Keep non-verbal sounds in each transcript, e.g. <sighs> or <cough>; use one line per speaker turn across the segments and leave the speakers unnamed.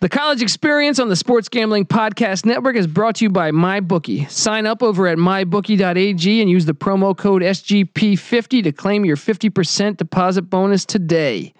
The college experience on the Sports Gambling Podcast Network is brought to you by MyBookie. Sign up over at mybookie.ag and use the promo code SGP50 to claim your 50% deposit bonus today.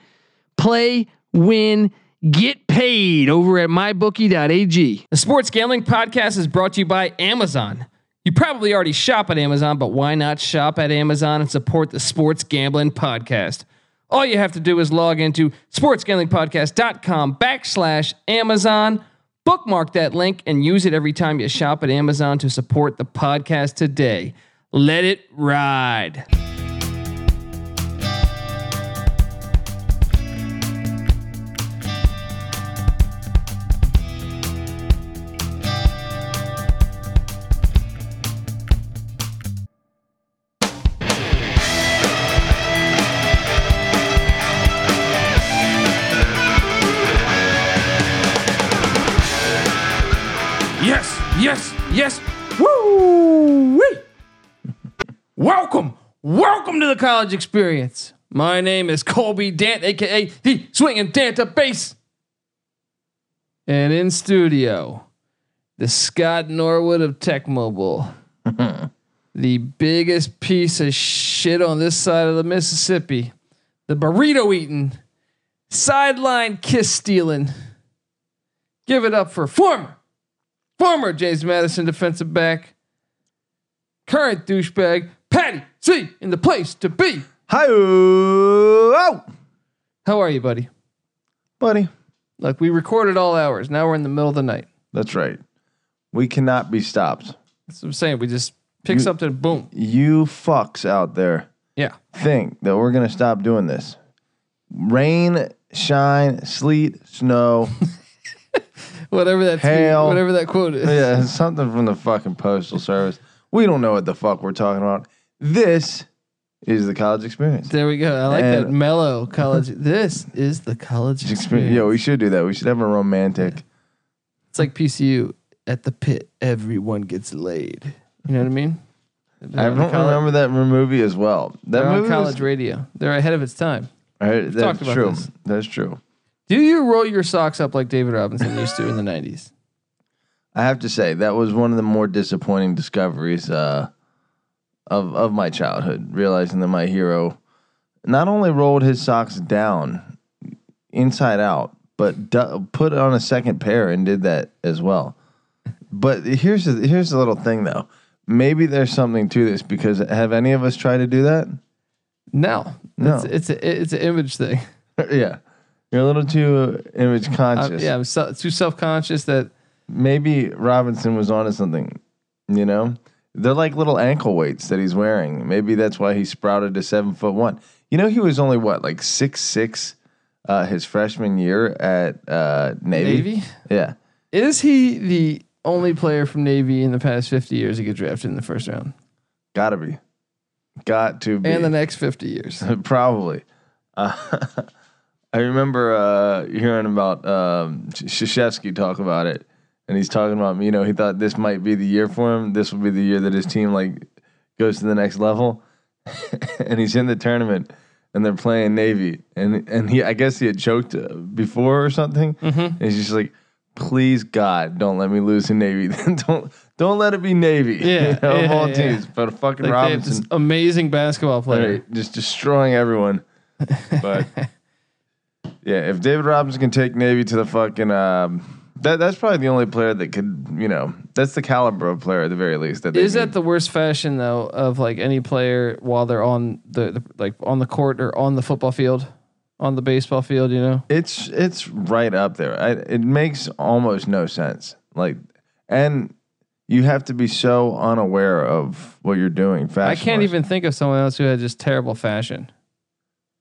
Play, win, get paid over at mybookie.ag. The Sports Gambling Podcast is brought to you by Amazon. You probably already shop at Amazon, but why not shop at Amazon and support the Sports Gambling Podcast? All you have to do is log into sportsgamblingpodcast.com backslash Amazon, bookmark that link, and use it every time you shop at Amazon to support the podcast today. Let it ride.
Yes, yes, yes. Woo!
<laughs>
welcome, welcome to the
college experience. My name is Colby Dant, aka the Swinging Danta Bass. And in studio, the Scott Norwood of Tech Mobile, the biggest piece of shit on this side of the Mississippi, the burrito eating, sideline kiss stealing. Give it up for former, former James Madison defensive back, current douchebag, Patty C in the place to be.
Hi, oh,
How are you, buddy?
buddy.
Look, we recorded all hours. Now we're in the middle of the night.
That's right. We cannot be stopped.
That's what I'm saying. We just pick something, boom.
You fucks out there
Yeah.
think that we're gonna stop doing this. Rain, shine,
<laughs>
sleet, snow.
Whatever that
Hail.
whatever that quote is.
yeah, it's something from the fucking postal service. We don't know what the fuck we're talking about. This is the college experience.
There we go. I like that
And-
mellow college. this is the college experience.
experience. Yeah, we should do that. We should have a romantic.
It's like PCU at the pit. Everyone gets laid. You know what I mean?
I
They're on
don't
college-
remember that movie as well. That
They're on
movie
college
was,
radio. They're ahead of its time.
Alright, that's
talked about
true.
this.
That's true.
Do you roll your socks up like David Robinson used to in the 90s?
I have to say that was one of the more disappointing discoveries uh, of of my childhood. Realizing that my hero not only rolled his socks down inside out, but du- put on a second pair and did that as well. But here's the, here's the little thing though. Maybe there's something to this because have any of us tried to do that? <laughs>
No.
No.
It's, it's, a, it's an image thing.
yeah, you're a little too image
I'm-
conscious.
Uh, yeah, I'm so, too self conscious that
maybe Robinson was onto something. You know, they're like little ankle weights that he's wearing. Maybe that's why he sprouted to seven foot one. You know, he was only what like six six uh, his freshman year at uh, Navy.
Navy?
Yeah,
Is he the only player from Navy in the past 50 years to get drafted in the first round?
gotta be, got to be,
And the next 50 years.
<laughs> probably. Uh, <laughs> I remember uh, hearing about um, Shashevsky talk about it, and he's talking about you know he thought this might be the year for him. This will be the year that his team like goes to the next level, <laughs> and he's in the tournament, and they're playing Navy, and and he I guess he had choked uh, before or something,
Mm-hmm.
and he's just like, please God, don't let me lose in Navy, <laughs> don't don't let it be Navy,
Yeah,
<laughs> you know, of
yeah,
all
yeah.
teams, but fucking
Like they have
Robinson,
this amazing basketball player.
Right, just destroying everyone. But
<laughs>
yeah, if David Robinson can take Navy to the fucking um, that that's probably the only player that could, you know, that's the caliber of player at the very least. That they
Is that
need.
the worst fashion though of like any player while they're on the, the like on the court or on the football field, on the baseball field, you know?
it's it's right up there. I, it makes almost no sense. Like, and you have to be so unaware of what you're doing.
I can't
fashion-wise.
even think of someone else who had just terrible fashion.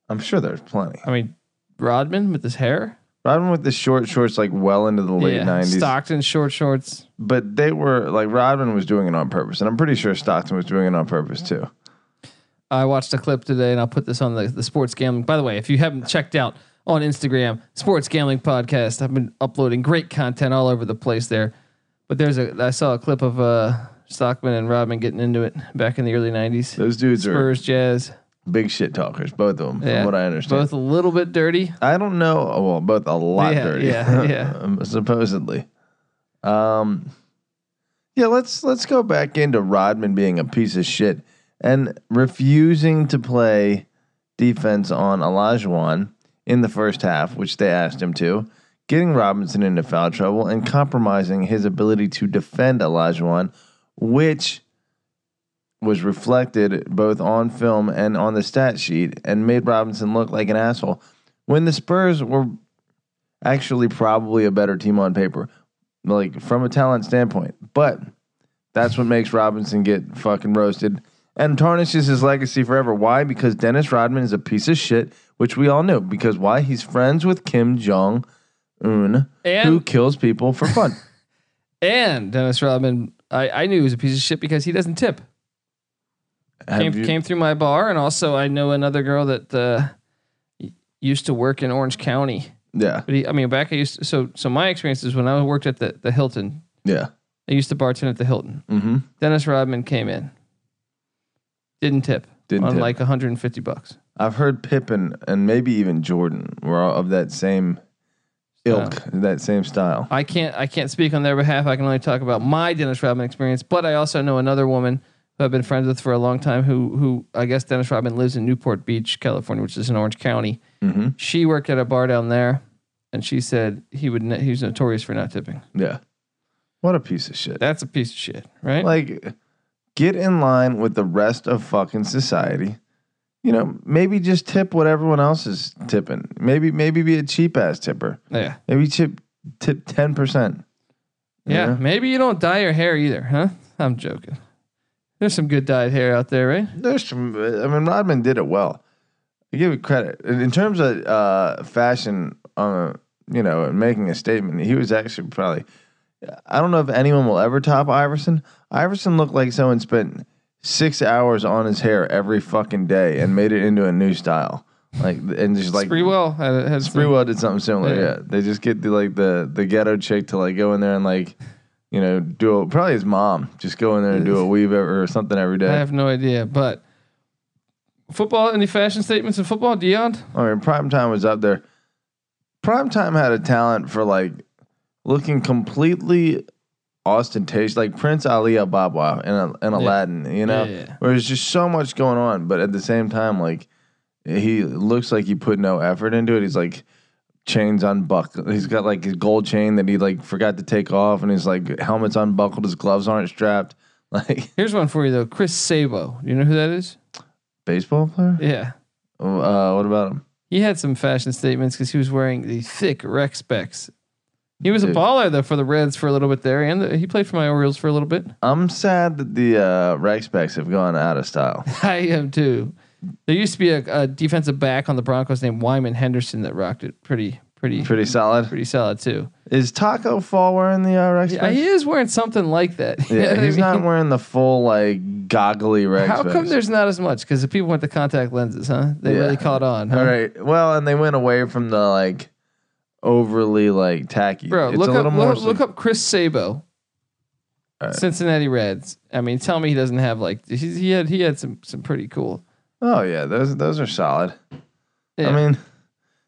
I'm sure there's plenty.
I mean, Rodman with his hair,
Rodman with the short shorts, like well into the late
Yeah.
'90s.
Stockton short shorts.
but they were like Rodman was doing it on purpose, and I'm pretty sure Stockton was doing it on purpose too.
I watched a clip today, and I'll put this on the, the sports gambling. By the way, if you haven't checked out on Instagram, sports gambling podcast, I've been uploading great content all over the place there. But there's a I saw a clip of uh, Stockman and Rodman getting into it back in the early '90s.
Those dudes are
Spurs, Jazz.
big shit talkers, both of them,
Yeah.
from what I understand.
Both a little bit dirty.
I don't know. oh, Well, both a lot
Yeah,
dirty.
yeah, yeah.
<laughs> Um, Supposedly. Um, yeah. Let's let's go back into Rodman being a piece of shit and refusing to play defense on Olajuwon in the first half, which they asked him to, getting Robinson into foul trouble and compromising his ability to defend Olajuwon, which was reflected both on film and on the stat sheet and made Robinson look like an asshole. When the Spurs were actually probably a better team on paper, like from a talent standpoint, but that's what makes Robinson get fucking roasted and tarnishes his legacy forever. Why? Because Dennis Rodman is a piece of shit, which we all knew. Because why? He's friends with Kim Jong Un,
And-
who kills people for fun.
And Dennis Rodman, I, I knew he was a piece of shit because he doesn't tip.
Have
Came,
you-
came through my bar, and also I know another girl that uh, y- used to work in Orange County.
Yeah,
But he, I mean, back I used to, so so my experience is when I worked at the the Hilton.
yeah.
I used to bartend at the Hilton.
Mm-hmm.
Dennis Rodman came in, didn't tip
Didn't
on
tip.
like 150 bucks.
I've heard Pippen and maybe even Jordan were all of that same ilk, that same style.
I can't I can't speak on their behalf. I can only talk about my Dennis Rodman experience. But I also know another woman who I've been friends with for a long time who who I guess Dennis Rodman lives in Newport Beach, California, which is in Orange County.
Mm-hmm.
She worked at a bar down there, and she said he would ne- he was notorious for not tipping.
Yeah. What a piece of shit.
That's a piece of shit, right?
Like, get in line with the rest of fucking society. You know, maybe just tip what everyone else is tipping. Maybe, maybe be a cheap ass tipper.
yeah.
Maybe tip tip ten percent.
yeah,
Yeah.
Maybe you don't dye your hair either, huh? I'm joking. There's some good dyed hair out there, right?
There's some. I mean, Rodman did it well. I give it credit. In, in terms of uh, fashion, uh, you know, and making a statement, he was actually probably. I don't know if anyone will ever top Iverson. Iverson looked like someone spent six hours on his hair every fucking day and made it into a new style. Like and just like
Spreewell had, had some-
Spreewell did something similar.
Yeah.
Yeah. they just get the like the the ghetto chick to like go in there and like. You know, do a, probably his mom. Just go in there and do a weave e, or or something every day.
I have no idea, but football. Any fashion statements in football, Dion?
I mean, prime time was up there. Prime time had a talent for like looking completely ostentatious, like Prince Ali Ababa and and Aladdin, you know,
Yeah.
where there's just so much going on, but at the same time, like he looks like he put no effort into it. He's like chains unbuckled. He's got like his gold chain that he like forgot to take off, and he's like helmet's unbuckled, his gloves aren't strapped. <laughs> Like
Here's one for you though. Chris Sabo. Do you know who that is?
baseball player.
Yeah.
Uh, what about him?
He had some fashion statements because he was wearing the thick Rex specs. He was a
Dude.
baller though for the Reds for a little bit there, and he played for my Orioles for a little
<laughs>
bit.
I'm sad that the uh, rack specs have gone out of style.
I am too. There used to be a, a defensive back on the Broncos named Wyman Henderson that rocked it pretty, pretty, pretty,
Pretty solid.
solid too.
Is Taco Fall wearing the uh, Rex
Yeah, he
specs?
is wearing something like that. <laughs> You know
Yeah,
what I
he's not
mean?
wearing the full like goggly Rex.
How come
specs.
there's not as much? Because the people went to contact lenses, huh? They
Yeah.
really caught on. Huh?
All right. Well, and they went away from the like overly like tacky.
Bro,
It's
look
a
up
little more.
look, look up Chris Sabo.
All right.
Cincinnati Reds. I mean, tell me he doesn't have like he's, he had he had some some pretty cool.
oh yeah, those those are solid.
Yeah.
I mean,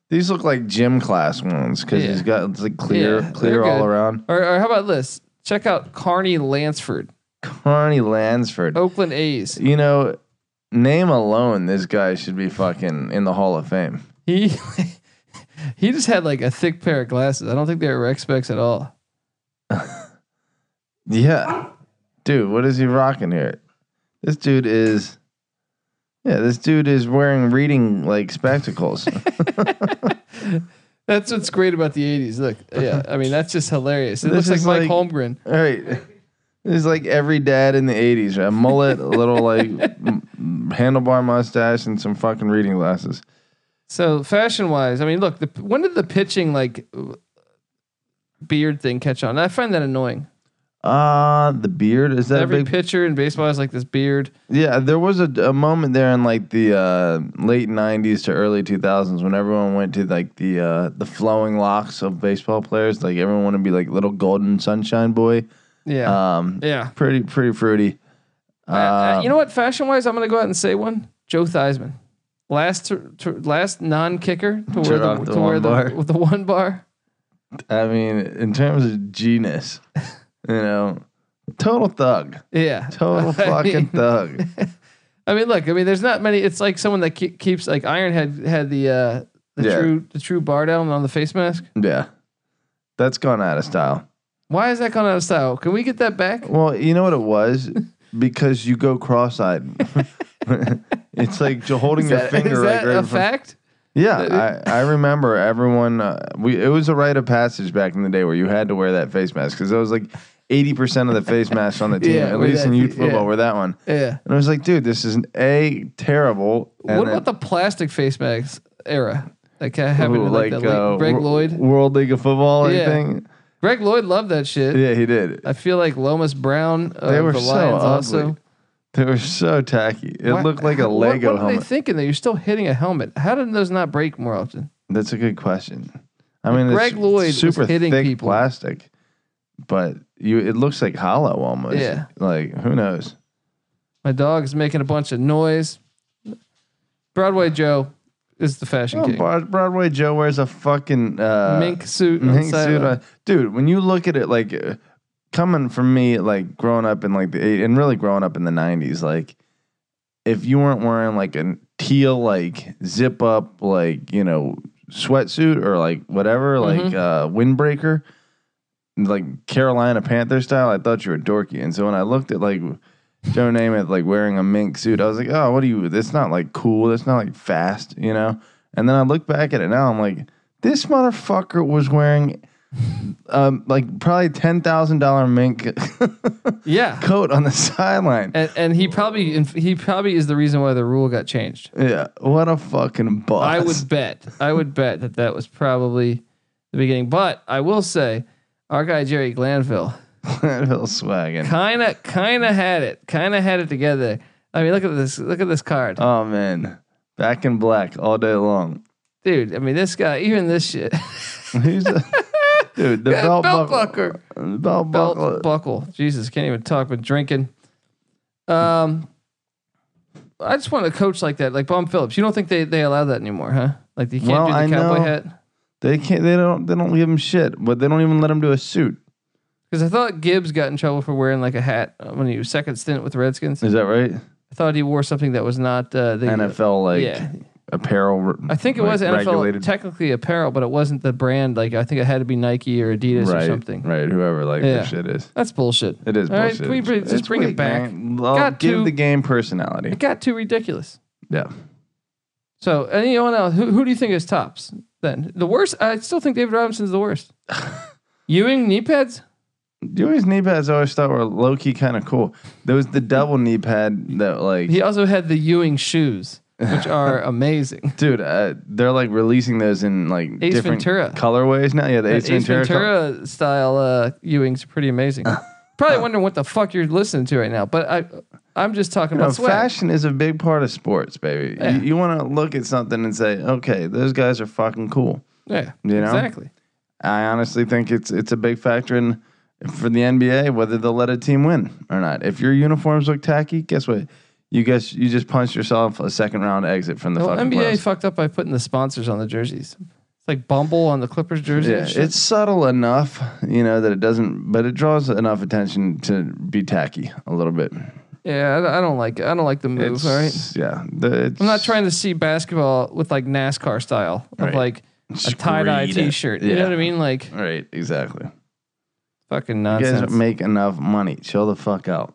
these look like gym class ones because
Yeah.
he's got it's like clear
Yeah,
clear
they're
all
good.
around.
Or, or how about this? Check out Carney Lansford,
Carney Lansford.
Oakland A's.
You know, name alone, this guy should be fucking in the Hall of Fame.
He <laughs> he just had like a thick pair of glasses. I don't think they were Rex specs at all.
Yeah. Dude, what is he rocking here? This dude is Yeah, this dude is wearing reading like spectacles.
That's what's great about the '80s. Look, yeah, I mean that's just hilarious. It
This
looks
is
like Mike
like-
Holmgren.
All right. This is like every dad in the 80s, right? A mullet, a little like m- handlebar mustache and some fucking reading glasses.
So fashion wise, I mean, look, the, when did the pitching like beard thing catch on? I find that annoying.
Ah, the beard is that a
Every
big?
pitcher in baseball has like this beard.
yeah, there was a, a moment there in like the uh, late '90s to early 2000s when everyone went to like the uh, the flowing locks of baseball players. Like everyone wanted to be like little golden sunshine boy.
Yeah,
Um,
yeah.
pretty pretty fruity.
Uh, uh, you know what? Fashion wise, I'm gonna go out and say one. Joe Theismann. Last tur tur- last non kicker to wear
Turn
the,
off
to
the
wear
one
the
bar.
with the one bar.
I mean, in terms
<laughs>
of genus, you know, total thug,
Yeah,
total
<laughs> I mean-
fucking thug.
I mean, look, I mean, there's not many. It's like someone that ke- keeps like Iron had had the uh, the
Yeah.
true the true bar down on the face mask.
Yeah, that's gone out of style.
Why is that gone out of style? Can we get that back?
Well, you know what
<laughs>
it was because you go cross-eyed. <laughs> it's like you're holding
Is
your
that-
finger
is
right,
that
right
a
in front-
fact?
Yeah, I, I remember everyone. Uh, we it was a rite of passage back in the day where you had to wear that face mask because it was like eighty percent of the face masks on the team,
<laughs> Yeah,
at
wear
least
that-
in youth football,
yeah.
were that one.
Yeah.
And I was like, dude, this is an a terrible.
what about the plastic face masks era? That ca- happened
Ooh,
to like, that, like
uh,
Greg
Wor-
Lloyd.
World League of Football or
Yeah.
anything?
Greg Lloyd loved that shit.
Yeah, he did.
I feel like Lomas Brown. Uh,
They were
the
so
Lions
ugly.
Also.
They were so tacky. It
Why-
looked like a
how- what-
Lego
What, are they
helmet.
thinking that you're still hitting a helmet? How did those not break more often?
That's a good question. I mean,
Greg
it's
Lloyd was
super
hitting
thick
people.
plastic, but you it looks like hollow almost.
Yeah.
Like who knows?
My dog's making a bunch of noise. Broadway Joe is the fashion
Oh,
king.
Broad- Broadway Joe wears a fucking uh,
Mink suit. on
mink
side
suit.
of-
on. Dude, when you look at it, like uh, coming from me, like growing up in like the eight and really growing up in the '90s, like if you weren't wearing like a teal, like zip up, like you know sweatsuit or like whatever,
Mm-hmm.
like uh, windbreaker, like Carolina Panther style, I thought you were dorky. And so when I looked at like Joe Namath like wearing a mink suit. I was like, oh, what are you? That's not like cool. That's not like fast, you know. And then I look back at it now. I'm like, this motherfucker was wearing, um, like probably ten thousand dollar mink <laughs>
yeah.
coat on the sideline.
And, and he probably inf- he probably is the reason why the rule got changed.
Yeah, what a fucking boss.
I would bet. I would bet that that was probably the beginning. But I will say, our guy Jerry Glanville
<laughs> Phil swagging.
kind of kind of had it. Kind of had it together. I mean, look at this. Look at this card,
Oh man, back in black all day long. <laughs>
dude. I mean, this guy. Even this shit. <laughs>
He's a, dude. The
belt
belt, buckle.
buckler.
Belt
belt
buckle.
buckle. Jesus, can't even talk with drinking. Um, I just want a coach like that, like Bob Phillips. You don't think they they allow that anymore, huh? Like you can't
Well,
do the
I
cowboy
know-
hat
They can't. They don't. They don't give him shit. But they don't even let him do a suit.
because I thought Gibbs got in trouble for wearing like a hat uh, when he was second stint with the Redskins.
Is that right?
I thought he wore something that was not uh, the
NFL like
yeah,
apparel.
I think it
like,
was NFL
regulated.
technically apparel, but it wasn't the brand. Like I think it had to be Nike or Adidas
right,
or something.
Right, whoever like
Yeah.
that shit is.
That's bullshit.
It is
All right,
bullshit.
can we bring-
It's-
just
it's
bring it
weak,
back?
man. Well,
Got
give
to-
the game personality.
It got too ridiculous.
Yeah,
So anyone else? Who, who do you think is tops? Then the worst. I still think David Robinson's the
<laughs>
worst. Ewing knee pads.
Dewey's knee pads I always thought were low key kind of cool. There was the double knee pad that like,
He also had the Ewing shoes,
<laughs>
which are amazing.
dude, uh, they're like releasing those in like
Ace
different
Ventura. Uh,
colorways now. Yeah, the Ace,
Ace, Ventura,
col-
style uh, Ewings are pretty
<laughs>
amazing. Probably wondering what the fuck you're listening to right now, but I, I'm just talking
You know,
about swag.
fashion is a big part of sports, baby.
Yeah.
You, you want to look at something and say, okay, those guys are fucking cool.
Yeah,
you know?
exactly.
I honestly think it's it's a big factor in for the NBA whether they'll let a team win or not. If your uniforms look tacky, guess what? You guess you just punched yourself a second round exit from the
Well,
fucking
NBA
playoffs.
fucked up by putting the sponsors on the jerseys. It's like Bumble on the Clippers jersey.
Yeah,
and shit.
it's subtle enough, you know, that it doesn't, but it draws enough attention to be tacky a little bit.
yeah. I don't- I don't like it. I don't like the move.
It's,
all right.
Yeah, the- it's
I'm not trying to see basketball with like NASCAR style of
Right.
like a tie dye
Screed it.
T-shirt. You know
Yeah.
what I mean? Like
Right, exactly.
fucking
You guys
nonsense.
make enough money. Chill the fuck out.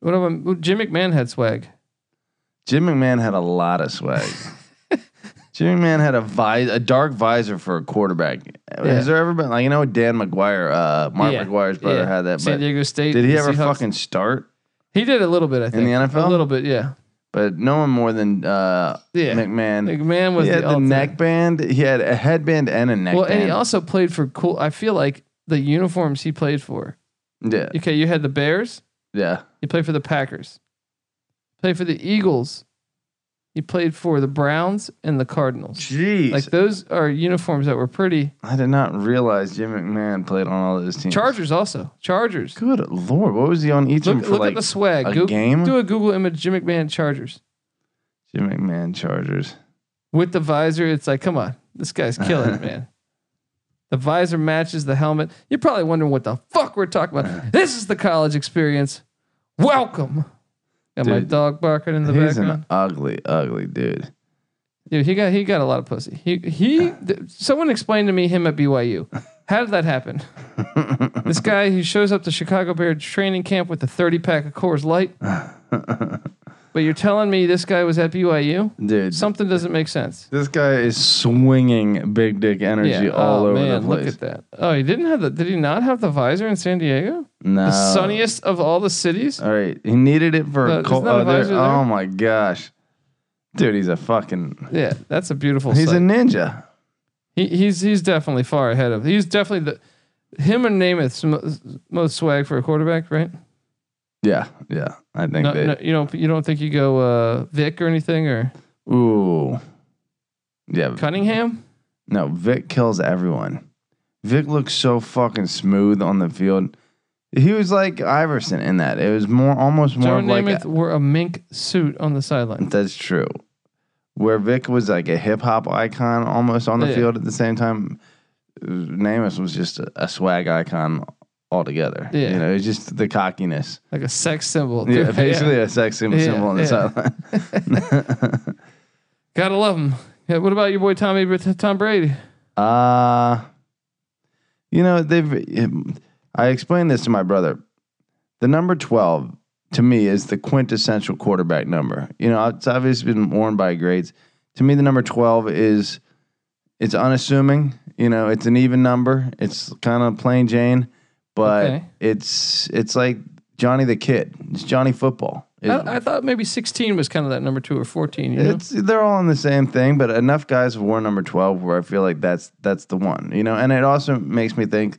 What about well, Jim McMahon had swag?
Jim McMahon had a lot
<laughs>
of swag. Jim McMahon had a vis- a dark visor for a quarterback.
Yeah.
Has there ever been like you know Dan McGuire, uh, Mark
Yeah.
McGuire's brother
Yeah.
had that,
San
but
Diego State.
did he ever
Seahawks.
fucking start?
He did a little bit. I think
the NFL?
a little bit. Yeah.
But no one more than uh,
Yeah.
McMahon.
McMahon was
he had
the,
the,
ultimate.
neck band. He had a headband and a neck
Well, and
band.
he also played for cool. I feel like the uniforms he played for.
yeah,
Okay, you had the Bears.
yeah.
He played for the Packers. Played for the Eagles. He played for the Browns and the Cardinals.
Jeez,
Like those are uniforms that were pretty.
I did not realize Jim McMahon played on all those teams.
Chargers also. Chargers.
Good lord, what was he on each of
Look,
them for
look
like
at the swag.
a
Goog-
game?
Do a Google image Jim McMahon Chargers.
Jim McMahon Chargers.
With the visor, it's like, come on, this guy's
<laughs>
killing it, man. The visor matches the helmet. You're probably wondering what the fuck we're talking
<laughs>
about. This is the college experience. Welcome. Got my
Dude,
dog barking in the
He's
background.
an ugly, ugly dude.
Dude, he got he got a lot of pussy. He
<laughs>
he. th- someone explained to me him at BYU. How did that
<laughs>
happen? this guy who shows up to Chicago Bear training camp with a thirty pack of Coors
<laughs>
Light. but you're telling me this guy was at BYU?
Dude,
Something doesn't make sense.
this guy is swinging big dick energy all
oh,
over
man,
the place.
Look at that. Oh, he didn't have the. Did he not have the visor in San Diego?
No. Uh,
The sunniest of all the cities.
All right, he needed it for
No,
a
it's
cold.
not a
Oh, there-
visor there.
oh my gosh, dude, he's a fucking.
Yeah, that's a beautiful.
He's
sight.
a ninja.
He, he's he's definitely far ahead of. He's definitely the him and Namath's mo- most swag for a quarterback, right?
Yeah, yeah. I think
No,
they.
no, you don't you don't think you go uh, Vic or anything or
Ooh. Yeah.
Cunningham?
No, Vic kills everyone. Vic looks so fucking smooth on the field. He was like Iverson in that. It was more almost more
Joe
of like
Namath wore a mink suit on the sideline.
that's true. Where Vic was like a hip hop icon almost on the
Yeah.
field at the same time, Namus was just a, a swag icon altogether.
Yeah.
You know, it's just the
<laughs>
cockiness.
Like a sex symbol. <laughs> dude.
Yeah, basically a sex symbol,
Yeah,
symbol on the
yeah.
sideline.
Gotta love him. Yeah, what about your boy Tommy Br- Tom Brady?
Uh you know, they've I explained this to my brother. The number 12 to me is the quintessential quarterback number. You know, it's obviously been worn by grades. To me the number 12 is it's unassuming, you know, it's an even number. It's kind of plain Jane, but
Okay.
it's it's like Johnny the Kid. It's Johnny football. It-
Oh, I, I thought maybe 16 was kind of that number two or 14. You know?
it's they're all in the same thing, but enough guys have worn number twelve where I feel like that's that's the one, you know. And it also makes me think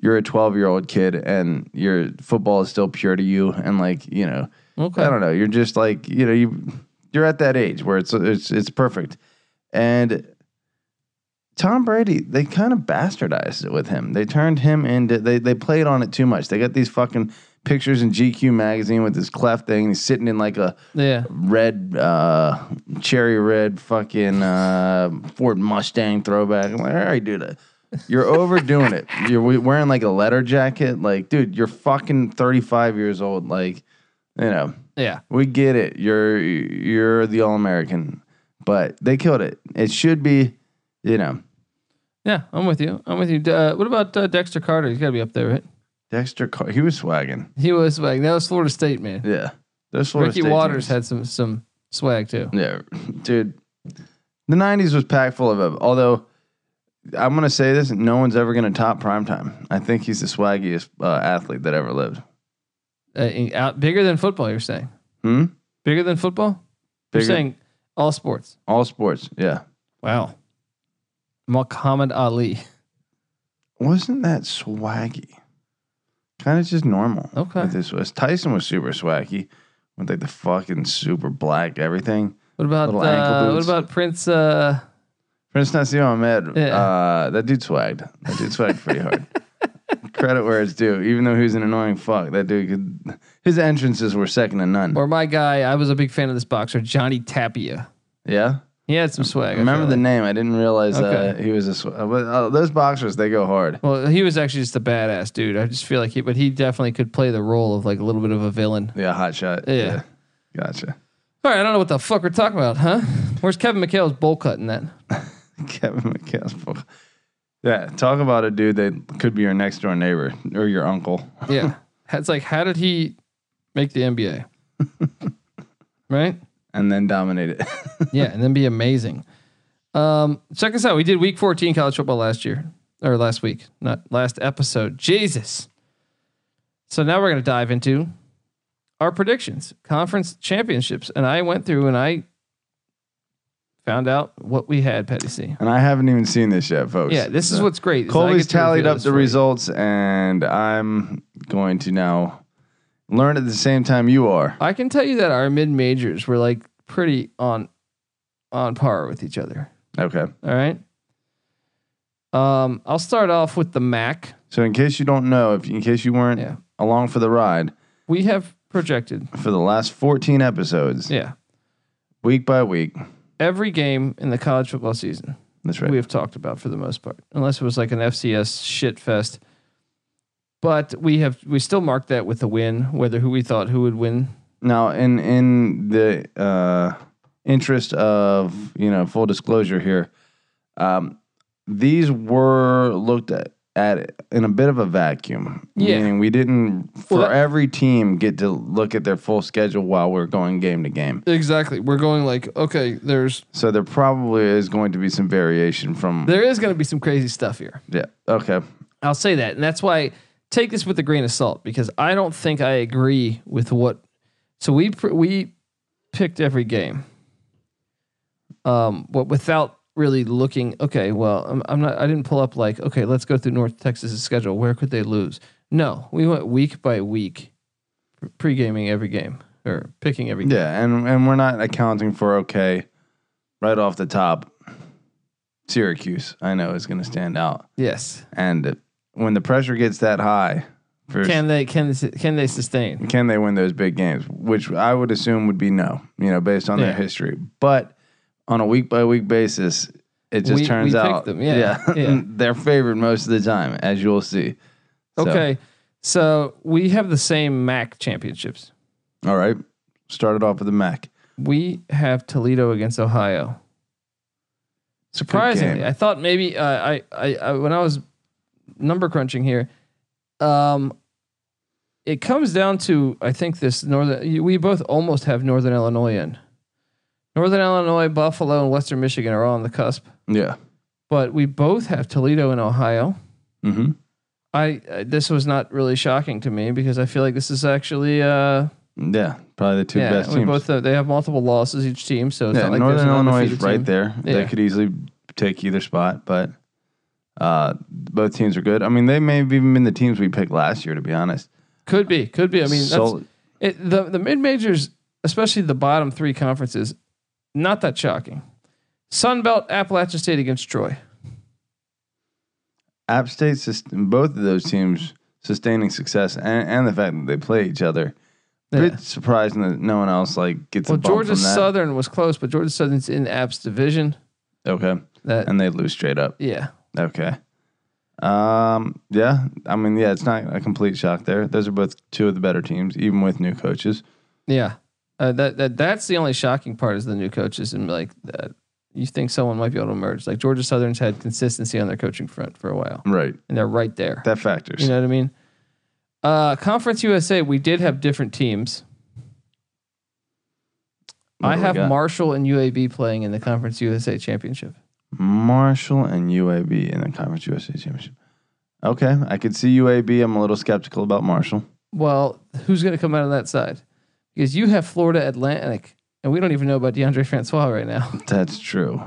you're a twelve year old kid and your football is still pure to you, and like you know,
okay.
I don't know, you're just like you know you you're at that age where it's it's it's perfect. And Tom Brady, they kind of bastardized it with him. They turned him into they they played on it too much. They got these fucking pictures in GQ magazine with this cleft thing. He's sitting in like a
Yeah.
red, uh, cherry red fucking uh, Ford Mustang throwback. I'm like, all right, dude, you're
<laughs>
overdoing it. You're we- wearing like a letter jacket. Like, dude, you're fucking 35 years old. Like, you know,
Yeah.
we get it. You're you're the all American, but they killed it. It should be, you know,
Yeah. I'm with you. I'm with you. Uh, what about uh, Dexter Carter? He's got to be up there, right?
Dexter. Car- he was swagging.
He was like, that was Florida State, man.
Yeah, those Florida
Ricky
State
Waters
teams.
had some some swag too.
Yeah, dude. The '90s was packed full of him. Although I'm gonna say this, no one's ever gonna top primetime. I think he's the swaggiest uh, athlete that ever lived.
Uh, in- out bigger than football, you're saying?
Hmm?
Bigger than football?
Bigger-
You're saying all sports.
all sports. Yeah,
Wow. Muhammad Ali. <laughs>
wasn't that swaggy? Kind of just normal.
Okay.
what This was Tyson was super swaggy with like the fucking super black everything.
What about
Little ankle
uh, what
boots.
about Prince? Uh,
Prince Nassim Ahmed,
Yeah.
uh, that dude swagged. That dude swagged
<laughs>
pretty hard. Credit where it's due. Even though he was an annoying fuck, that dude could. His entrances were second to none.
or my guy? I was a big fan of this boxer, Johnny Tapia.
Yeah.
He had some swag. I
remember
feel
the
like.
name. I didn't realize uh,
Okay.
he was a. Sw- uh, but, uh, those boxers, they go hard.
Well, he was actually just a badass dude. I just feel like he, but he definitely could play the role of like a little bit of a villain.
Yeah, hot shot.
Yeah.
Gotcha. <laughs>
All right, I don't know what the fuck we're talking about, huh? Where's Kevin McHale's bowl cut in that?
Kevin McCaskill. Yeah, talk about a dude that could be your next door neighbor or your uncle. <laughs>
Yeah, it's like how did he make the NBA? <laughs> right?
And then dominate it. <laughs>
Yeah, and then be amazing. Um, check us out. We did week 14 college football last year or last week, not last episode. Jesus. So now we're going to dive into our predictions, conference championships. And I went through and I found out what we had, Petty C.
and I haven't even seen this yet, folks.
Yeah, this is
So-
what's great. is I
Colby's
get to
tallied
reveal
up
this
the
for you.
results, and I'm going to now learn at the same time you are.
I can tell you that our mid majors were like pretty on on par with each other.
Okay.
All right. Um, I'll start off with the MAC.
So in case you don't know, if in case you weren't
Yeah.
along for the ride
We have projected.
for the last 14 episodes,
Yeah.
week by week.
Every game in the college football season
That's right.
we have talked about for the most part, unless it was like an FCS shit fest. But we have we still marked that with a win, whether who we thought who would win.
Now, in in the uh, interest of you know full disclosure here, um, these were looked at, at in a bit of a vacuum.
Yeah.
meaning we didn't for
Well, that-
every team get to look at their full schedule while we're going game to game.
Exactly. We're going like, okay, there's
So there probably is going to be some variation from
there is going to be some crazy stuff here.
yeah. Okay,
I'll say that. And that's why take this with a grain of salt because I don't think I agree with what. So we pr- we picked every game, um, but without really looking. Okay, well, I'm, I'm not. I didn't pull up like okay, let's go through North Texas's schedule. Where could they lose? No, we went week by week, pre gaming every game or picking every. game.
yeah, and and we're not accounting for okay, right off the top. Syracuse, I know, is going to stand out.
Yes.
And when the pressure gets that high, for, can,
Can they can they- can they sustain?
they win those big games? Which I would assume would be no, you know, based on
Yeah.
their history. But on a week by week basis, it just
We-
turns
we pick
out
them, yeah, yeah.
<laughs> they're favored most of the time, as you'll see. So,
Okay, so we have the same MAC championships.
all right. Started off with the Mac.
We have Toledo against Ohio. Surprisingly,
game.
I thought maybe uh, I, I I when I was number crunching here, um, it comes down to I think this northern. you- We both almost have Northern Illinois in. Northern Illinois, Buffalo, and Western Michigan are all on the cusp,
Yeah.
but we both have Toledo and Ohio.
Mm-hmm.
I uh, this was not really shocking to me because I feel like this is actually uh,
Yeah. Probably the two
yeah
best
we
teams.
both uh, they have multiple losses each team, so it's
yeah,
not like there's
Northern
an
Illinois is
undefeated
right
team.
there. They
Yeah.
could easily take either spot, but uh, both teams are good. I mean, they may have even been the teams we picked last year, to be honest.
Could be, could be. I mean,
Sol-
that's, it, the the mid majors, especially the bottom three conferences, not that shocking. Sun Belt, Appalachian State against Troy.
App State, sus- both of those teams sustaining success, and, and the fact that they play each other.
Yeah.
It's surprising that no one else like gets
Well,
a bump
Georgia
from that.
Southern was close, but Georgia Southern's in App's division.
Okay,
That
and they lose straight up.
yeah,
Okay. Um. Yeah. I mean, yeah. It's not a complete shock there. Those are both two of the better teams, even with new coaches.
yeah. Uh, that that that's the only shocking part is the new coaches and like that. You think someone might be able to emerge? Like Georgia Southern's had consistency on their coaching front for a while,
Right.
and they're right there.
That factors.
You know what I mean? Uh, Conference USA, we did have different teams.
What
I
do we
have
got?
Marshall and UAB playing in the Conference USA Championship.
Marshall and UAB in the Conference USA Championship. Okay, I could see UAB. I'm a little skeptical about Marshall.
Well, who's going to come out on that side? Because you have Florida Atlantic, and we don't even know about DeAndre Francois right now. <laughs>
That's true.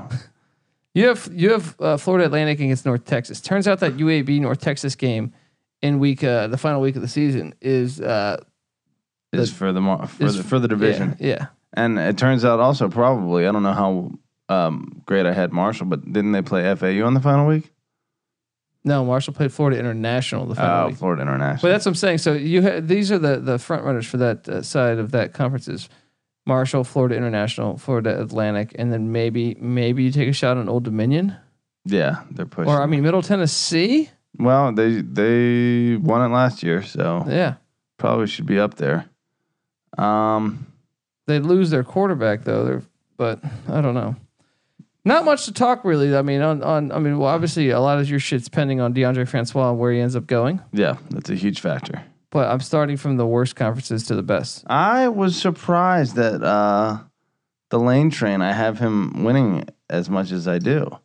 You have you have uh, Florida Atlantic against North Texas. Turns out that UAB North Texas game in week uh, the final week of the season is uh,
Is for the mar- for
is-
the for the division.
yeah, yeah.
And it turns out also probably I don't know how um, great I had Marshall, but didn't they play FAU on the final week?
No, Marshall played Florida International the
Oh,
final week.
Florida
But
International.
that's what I'm saying. So you ha- these are the the front runners for that uh, side of that conference is Marshall, Florida International, Florida Atlantic, and then maybe maybe you take a shot on Old Dominion
yeah, they're pushing.
or I mean Middle Tennessee.
well, they they won it last year, so
Yeah,
probably should be up there. Um,
they lose their quarterback though. They're, but I don't know. Not much to talk really. I mean, on on I mean, well, obviously a lot of your shit's pending on DeAndre Francois and where he ends up going.
yeah, that's a huge factor.
But I'm starting from the worst conferences to the best.
I was surprised that uh, the lane train. I have him winning as much as I do.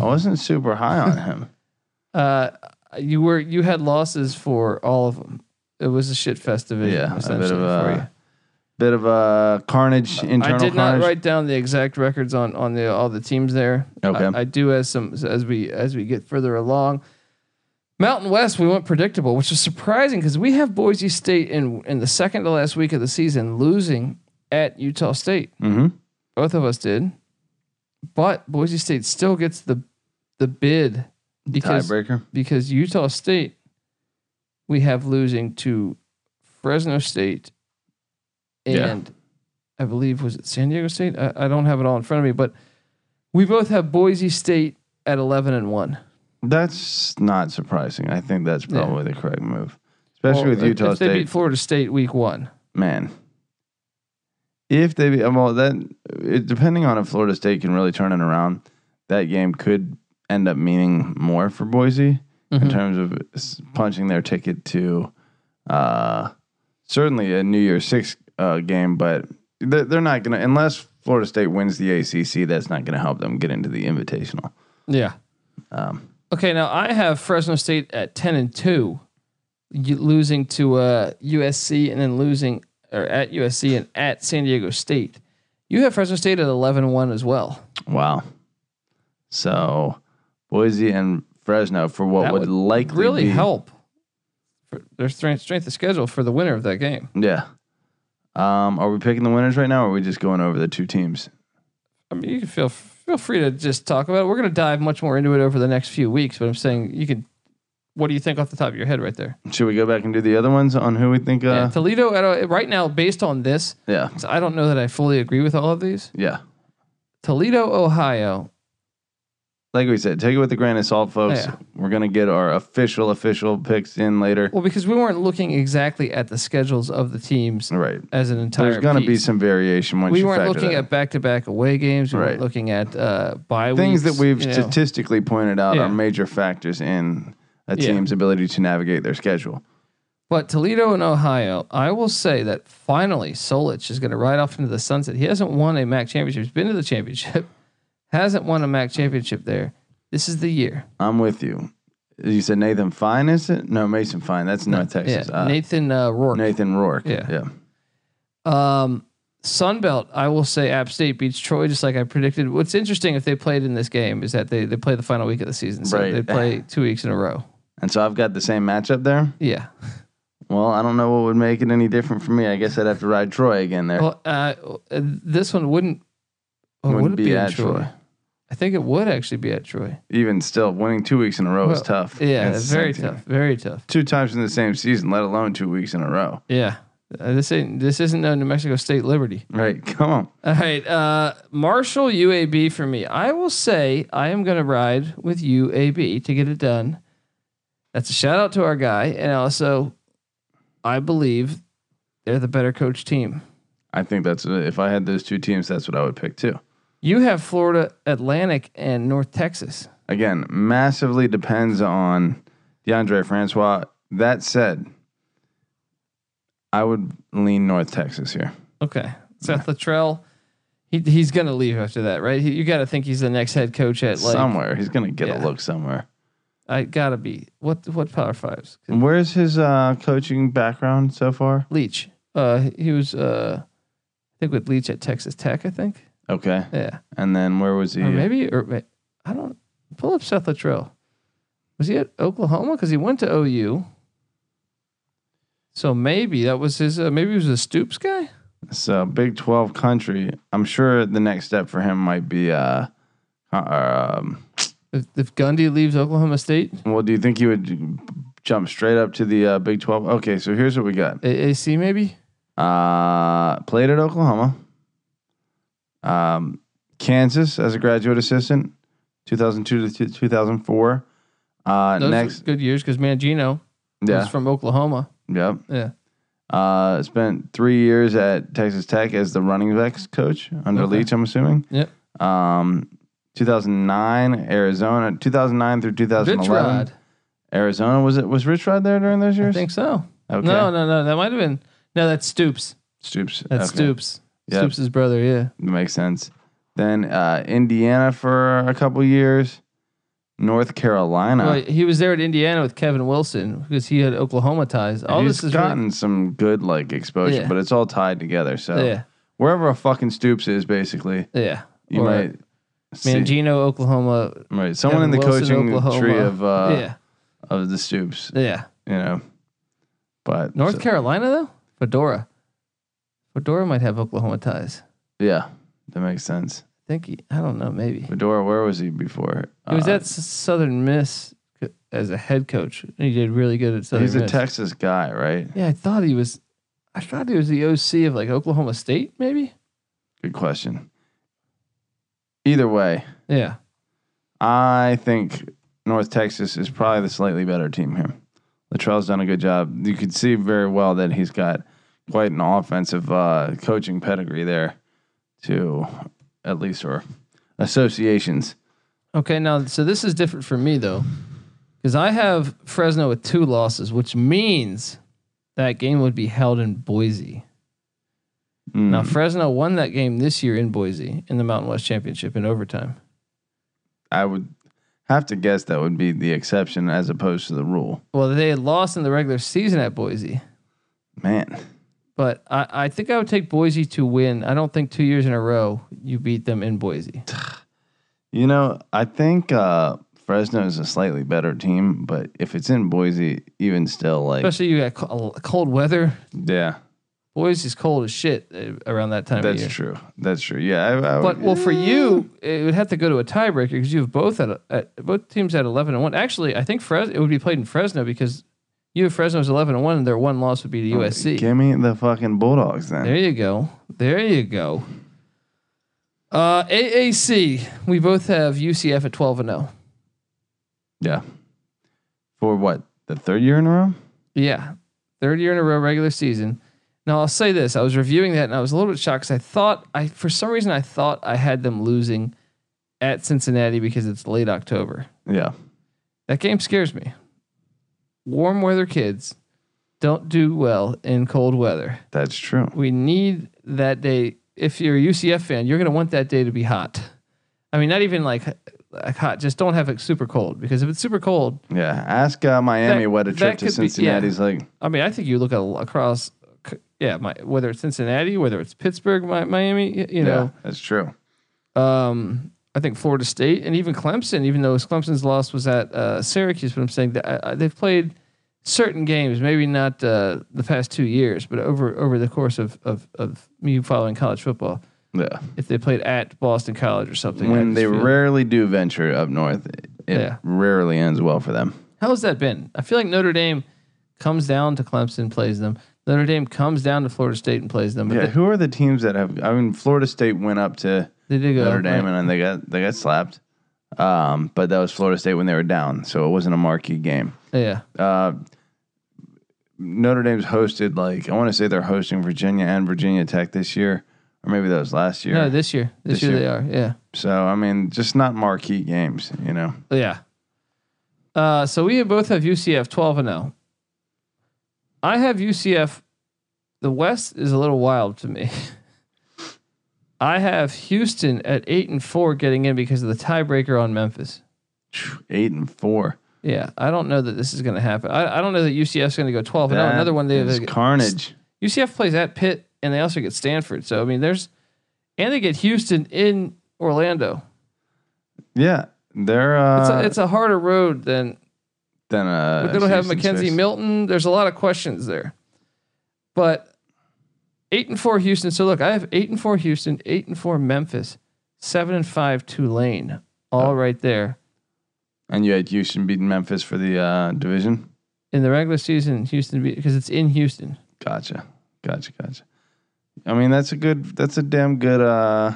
I wasn't super high
<laughs>
on him.
Uh, you were you had losses for all of them. It was a shit fest division.
Yeah, a bit
essentially,
of
for you.
a bit of a carnage. Internal
I did
carnage.
not write down the exact records on on the all the teams there.
Okay.
I, I do as some as we as we get further along. Mountain West, we went predictable, which is surprising because we have Boise State in in the second to last week of the season losing at Utah State.
Mm-hmm.
Both of us did, but Boise State still gets the the bid because
Tiebreaker.
because Utah State we have losing to Fresno State
Yeah.
and I believe was it San Diego State. I, I don't have it all in front of me, but we both have Boise State at eleven and one.
That's not surprising. I think that's
Yeah.
probably the correct move, especially
Well,
with Utah
if they
State.
beat Florida State week one.
Man, if they be, uh, well, then it, depending on if Florida State can really turn it around, that game could end up meaning more for Boise in
Mhm.
terms of s- punching their ticket to uh, certainly a New Year's Six uh, game, but they're, they're not going to unless Florida State wins the ACC. That's not going to help them get into the Invitational.
Yeah.
Um,
Okay, now I have Fresno State at ten and two, you, losing to uh, USC and then losing or at USC and at San Diego State. You have Fresno State at 11-1 as well.
wow. So Boise and Fresno for what
That
would,
would
likely
Really
be-
help for their strength strength of schedule for the winner of that game.
Yeah. Um, are we picking the winners right now, or are we just going over the two teams?
I mean, you can feel feel free to just talk about it. We're going to dive much more into it over the next few weeks, but I'm saying you could. What do you think off the top of your head right there?
Should we go back and do the other ones on who we think?
yeah,
Uh,
Toledo I don't- right now, based on this,
yeah,
'cause I don't know that I fully agree with all of these.
yeah.
Toledo, Ohio,
Like we said, take it with a grain of salt, folks.
Oh, Yeah.
We're gonna get our official official picks in later.
Well, because we weren't looking exactly at the schedules of the teams
Right.
as an entire.
There's gonna be
piece.
some variation once
We
you
weren't
factor
looking
that in.
at back-to-back away games. We
Right.
weren't looking at uh, bye
things that
weeks,
we've
you know.
statistically pointed out
Yeah.
are major factors in a
Yeah.
team's ability to navigate their schedule.
But Toledo and Ohio, I will say that finally Solich is going to ride off into the sunset. He hasn't won a MAC championship. He's been to the championship, <laughs> hasn't won a MAC championship there. This is the year.
I'm with you. You said Nathan Fine, is it? No, Mason Fine. That's North Texas.
Yeah,
Uh,
Nathan uh, Rourke.
Nathan Rourke.
Yeah.
yeah.
Um, Sunbelt, I will say App State beats Troy just like I predicted. What's interesting if they played in this game is that they, they play the final week of the season. So
Right.
they
<laughs>
play two weeks in a row.
And so I've got the same matchup there.
Yeah.
Well, I don't know what would make it any different for me. I guess I'd have to ride Troy again there.
Well, uh, this one wouldn't, oh,
Wouldn't
would it
be
be, at
at
Troy?
Troy.
I think it would actually be at Troy.
Even still, winning two weeks in a row is
Well,
tough.
Yeah,
Against
it's
the same
very
team.
tough. Very tough.
Two times in the same season, let alone two weeks in a row.
Yeah. Uh, this ain't this isn't no New Mexico State Liberty.
Right? <laughs> Come on.
All right. Uh Marshall UAB for me. I will say I am gonna ride with UAB to get it done. That's a shout out to our guy. And also I believe they're the better coach team.
I think that's if I had those two teams, that's what I would pick too.
You have Florida Atlantic and North Texas.
Again, massively depends on DeAndre Francois. That said, I would lean North Texas here.
Okay. Seth Luttrell. He, he's gonna leave after that, right? He, you got to think he's the next head coach at like
somewhere he's gonna get
Yeah.
a look somewhere.
I gotta be what what power fives?
Where's his uh, coaching background so far?
Leach. Uh, he was uh, I think with Leach at Texas Tech. I think.
Okay,
Yeah.
and then where was he?
Or Oh, maybe or ma- I don't pull up Seth Luttrell. Was he at Oklahoma? Because he went to OU. So maybe that was his. Uh, maybe he was a Stoops guy.
So Big Twelve country. I'm sure the next step for him might be. Uh, uh, um,
If, if Gundy leaves Oklahoma State,
well, do you think he would jump straight up to the uh, Big Twelve? Okay, so here's what we got.
AAC maybe.
Uh, played at Oklahoma, um, Kansas as a graduate assistant, 2002 to 2004. Uh,
Those
next,
are good years because Mangino
yeah,
was from Oklahoma.
yep.
Yeah.
Uh, spent three years at Texas Tech as the running backs coach under
Okay.
Leach. I'm assuming.
Yep.
Um, 2009 Arizona, 2009 through 2011.
Rod.
Arizona was it was Rich Rod there during those
I
years?
think so.
Okay.
No, no, no. That might have been. No, that's Stoops.
Stoops.
That's
okay.
Stoops.
Yep.
Stoops' brother. Yeah.
Makes sense. Then uh, Indiana for a couple years. North Carolina.
Well, he was there at Indiana with Kevin Wilson because he had Oklahoma ties. All
He's
this is
gotten
really,
some good like exposure,
Yeah.
but it's all tied together. So
yeah,
wherever a fucking Stoops is, basically,
yeah.
you
Or
might see-
Mangino, Oklahoma.
Right. Someone in
Kevin
the
Wilson,
coaching
Oklahoma.
tree of uh,
yeah,
of the Stoops,
yeah.
you know. But
North
so-
Carolina though, Fedora. Fedora might have Oklahoma ties.
yeah, that makes sense.
I think he, I don't know. Maybe he
Fedora, where was he before?
was
Uh,
at S- Southern Miss c- as a head coach, and he did really good at Southern
He's a
Miss.
Texas guy, right?
Yeah, I thought he was. I thought he was the OC of like Oklahoma State, maybe.
Good question. Either way,
Yeah.
I think North Texas is probably the slightly better team here. Latrell's done a good job. You can see very well that he's got quite an offensive uh, coaching pedigree there, to at least or associations.
Okay, now so this is different for me though, because I have Fresno with two losses, which means that game would be held in Boise.
Mm.
Now Fresno won that game this year in Boise in the Mountain West Championship in overtime.
I would have to guess that would be the exception as opposed to the rule.
Well, they had lost in the regular season at Boise,
Man,
but I, I think I would take Boise to win. I don't think two years in a row you beat them in Boise.
you know, I think uh, Fresno is a slightly better team, but if it's in Boise, even still, like,
Especially you got co- uh, cold weather.
yeah,
Boise's cold as shit uh, around that time of
that's
year.
true. That's true. Yeah, I, I
But
would,
well, for you, it would have to go to a tiebreaker because you have both at, at both teams at eleven and one. Actually, I think Fres it would be played in Fresno because you have Fresno's eleven and one, and their one loss would be
Oh,
to USC.
Give me the fucking Bulldogs then.
There you go. There you go. Uh, AAC. We both have UCF at twelve and oh. zero.
yeah. For what? The third year in a row?
Yeah, third year in a row, regular season. Now I'll say this: I was reviewing that, and I was a little bit shocked because I thought I, for some reason, I thought I had them losing at Cincinnati because it's late October.
Yeah.
That game scares me. Warm weather kids don't do well in cold weather.
That's true.
We need that day. If you're a UCF fan, you're going to want that day to be hot. I mean, not even like, like hot, just don't have it super cold because if it's super cold,
Yeah. Ask uh, Miami
That-
what a
that
trip to
could be- yeah.
Cincinnati's like.
I mean, I think you look at, across, c- yeah, my, whether it's Cincinnati, whether it's Pittsburgh, Mi- Miami, y- you
Yeah,
know,
that's true.
um, I think Florida State and even Clemson, even though Clemson's loss was at uh, Syracuse, but I'm saying that uh, they've played certain games, maybe not uh, the past two years, but over over the course of, of of me following college football,
Yeah.
if they played at Boston College or something, I
when
just
they
feel-
rarely do venture up north, it
Yeah.
rarely ends well for them.
how has that been? I feel like Notre Dame comes down to Clemson, plays them. Notre Dame comes down to Florida State and plays them, but
Yeah,
they,
who are the teams that have? I mean, Florida State went up to
they did go
Notre Dame
right?
and then they got they got slapped. Um, but that was Florida State when they were down, so it wasn't a marquee game.
Yeah,
Uh, Notre Dame's hosted like I want to say they're hosting Virginia and Virginia Tech this year, or maybe that was last year.
no, this year, this,
This
year,
year.
they are, yeah.
so I mean, just not marquee games, you know.
Yeah. Uh, so we both have UCF 12 and 0. I have UCF. The West is a little wild to me. <laughs> I have Houston at 8 and 4 getting in because of the tiebreaker on Memphis.
Eight and four.
Yeah, I don't know that this is going to happen. I, I don't know that UCF's going to go 12 and 0.
That
Another one they
is
they-
carnage.
UCF plays at Pitt and they also get Stanford. So I mean there's and they get Houston in Orlando.
Yeah, they're
It's,
uh,
a, it's a harder road than
than uh,
We're going to have
Houston's
Mackenzie
face.
Milton. There's a lot of questions there. But eight and four Houston. So look, I have eight and four Houston, eight and four Memphis, seven and five Tulane. all right there.
And you had Houston beating Memphis for the uh, division.
In the regular season, Houston because it's in Houston.
Gotcha, gotcha, gotcha. I mean, that's a good. That's a damn good uh,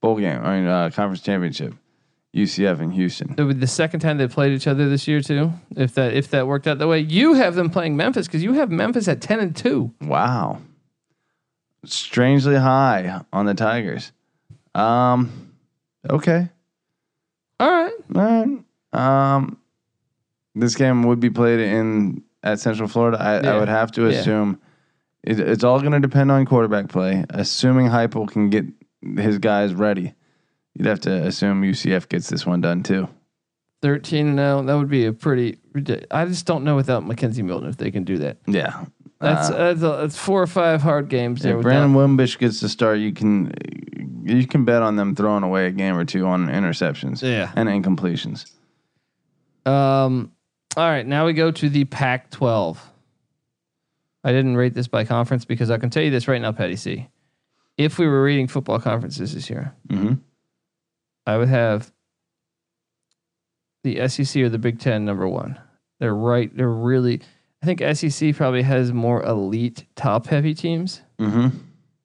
bowl game. I mean, uh, conference championship. UCF and Houston.
It would be the second time they played each other this year too. If that if that worked out that way, you have them playing Memphis because you have Memphis at ten and two.
Wow. Strangely high on the Tigers. Um. Okay.
All right.
All right. Um. This game would be played in at Central Florida. I,
Yeah.
I would have to
Yeah.
assume it, it's all going to depend on quarterback play. Assuming Heupel can get his guys ready, you'd have to assume UCF gets this one done too.
13 and 0. That would be a pretty ridic- I just don't know without Mackenzie Milton if they can do that.
Yeah.
That's
Uh,
that's, a, that's four or five hard games there.
if
without-
Brandon Wimbush gets to start, you can you can bet on them throwing away a game or two on interceptions
Yeah.
and incompletions.
Um. All right. Now we go to the Pac-12. I didn't rate this by conference because I can tell you this right now, Patty C. If we were reading football conferences this year,
hmm
I would have the SEC or the Big Ten number one. They're right. They're E really. I think SEC probably has more elite top-heavy teams,
hmm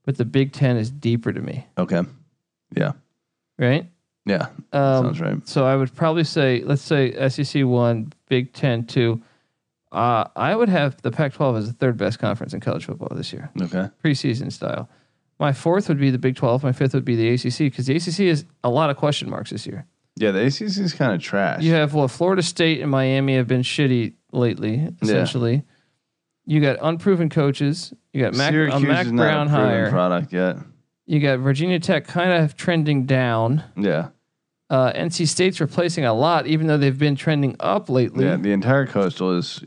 but the Big Ten is deeper to me,
Okay. Yeah.
right?
Yeah.
Um,
sounds right.
So I would probably say, let's say SEC one, Big Ten two. Uh, I would have the Pac-12 as the third best conference in college football this year,
Okay.
preseason style. My fourth would be the Big 12. My fifth would be the ACC because the ACC is a lot of question marks this year.
Yeah, the ACC is kind of trash.
You have well, Florida State and Miami have been shitty lately. Essentially, you got unproven coaches. You got Mac, a
Syracuse
Mac
is not
Brown
a proven
hire.
product yet.
You got Virginia Tech kind of trending down.
Yeah.
Uh, NC State's replacing a lot, even though they've been trending up lately.
Yeah. The entire coastal is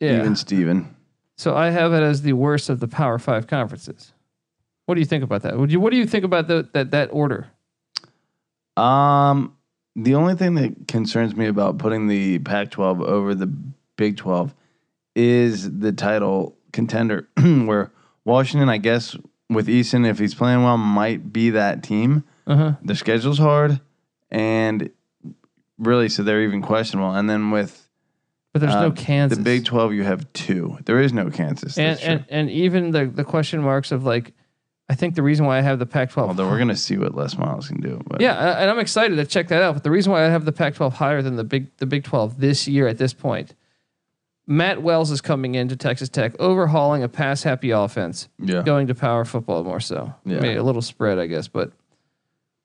Yeah.
even Steven.
So I have it as the worst of the Power Five conferences. What do you think about that? Would you? What do you think about the, that that order?
Um, the only thing that concerns me about putting the Pac-12 over the Big 12 is the title contender, <clears throat> where Washington, I guess, with Easton, if he's playing well, might be that team.
Uh huh.
The schedule's hard, and really, so they're even questionable. And then with
But there's no
um,
Kansas.
the Big 12, you have two. There is no Kansas.
and
That's true.
and, and even the the question marks of like, I think the reason why I have the Pac-12.
Although we're gonna see what Les Miles can do. But
yeah, a- and I'm excited to check that out. But the reason why I have the Pac-12 higher than the big the Big 12 this year at this point, Matt Wells is coming into Texas Tech, overhauling a pass-happy offense. <laughs>
yeah,
going to power football more so.
Yeah.
I mean, a little spread, I guess, but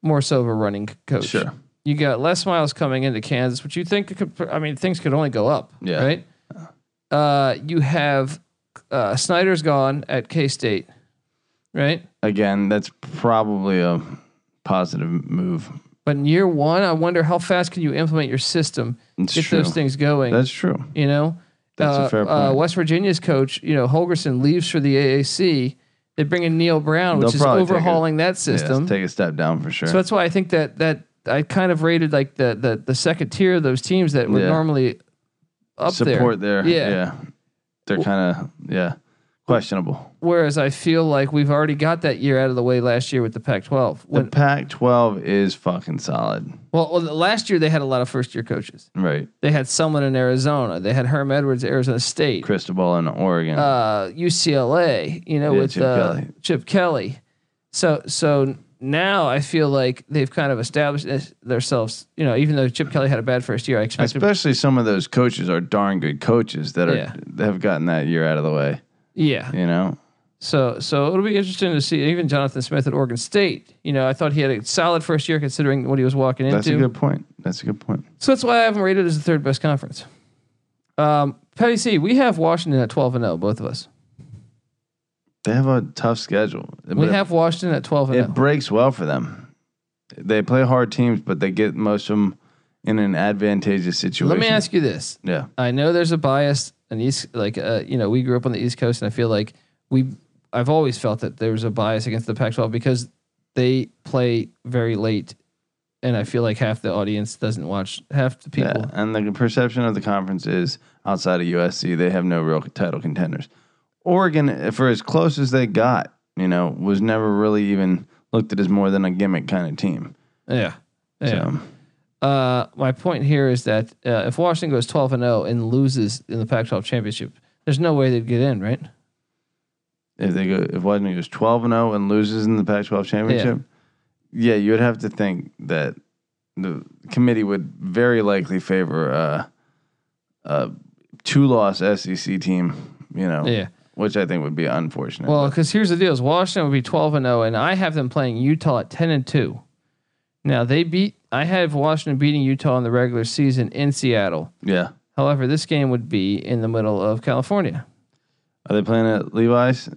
more so of a running c- coach.
sure.
You got Les Miles coming into Kansas, which you think could, I mean, things could only go up.
Yeah.
Right. Uh, you have uh, Snyder's gone at K State, right?
Again, that's probably a positive move.
But in year one, I wonder how fast can you implement your system,
It's
get
true.
those things going.
That's true.
you know,
That's a
Uh,
fair
Uh,
point.
West Virginia's coach, you know, Holgerson leaves for the AAC. They bring in Neil Brown, which
They'll
is
probably take a-
overhauling that
Yeah,
system.
take a step down for sure.
So that's why I think that that I kind of rated like the the the second tier of those teams that were
Yeah.
normally up
Support
there.
there. Yeah. They're kind of yeah questionable.
Whereas I feel like we've already got that year out of the way last year with the Pac-12.
The
When,
Pac-12 is fucking solid,
well, well, last year they had a lot of first-year coaches.
right?
They had someone in Arizona. They had Herm Edwards, Arizona State,
Cristobal in Oregon.
uh, UCLA. You know,
Yeah,
with
Chip
uh,
Kelly.
Chip Kelly. So so now I feel like they've kind of established this- themselves. You know, even though Chip Kelly had a bad first year, I expected
Especially some of those coaches are darn good coaches that are
Yeah.
that have gotten that year out of the way.
yeah
You know,
So so it'll be interesting to see. Even Jonathan Smith at Oregon State, you know, I thought he had a solid first year considering what he was walking
that's
into.
a good point. That's a good point.
so that's why I haven't rated as the third best conference. Um, Patty C, we have Washington at twelve and zero, both of us.
They have a tough schedule.
We
but
have Washington at twelve and oh.
it
zero.
breaks well for them. They play hard teams, but they get most of them in an advantageous situation.
Let me ask you this:
Yeah.
I know there's a bias and East, like uh, you know, we grew up on the East Coast, and I feel like we, I've always felt that there was a bias against the Pac-12 because they play very late, and I feel like half the audience doesn't watch half the people.
Yeah, and the perception of the conference is outside of USC, they have no real title contenders. Oregon, for as close as they got, you know, was never really even looked at as more than a gimmick kind of team.
Yeah. Yeah.
So,
Uh, my point here is that uh, if Washington goes 12 and 0 and loses in the Pac-12 championship, there's no way they'd get in, right?
if they go, if Washington goes twelve and zero and loses in the Pac-12 championship, yeah, you would have to think that the committee would very likely favor uh, a two-loss SEC team. You know,
Yeah.
which I think would be unfortunate.
Well, because here's the deal: is Washington would be 12 and 0, and I have them playing Utah at 10 and 2. Now they beat. I have Washington beating Utah in the regular season in Seattle.
yeah.
However, this game would be in the middle of California.
Are they playing at Levi's?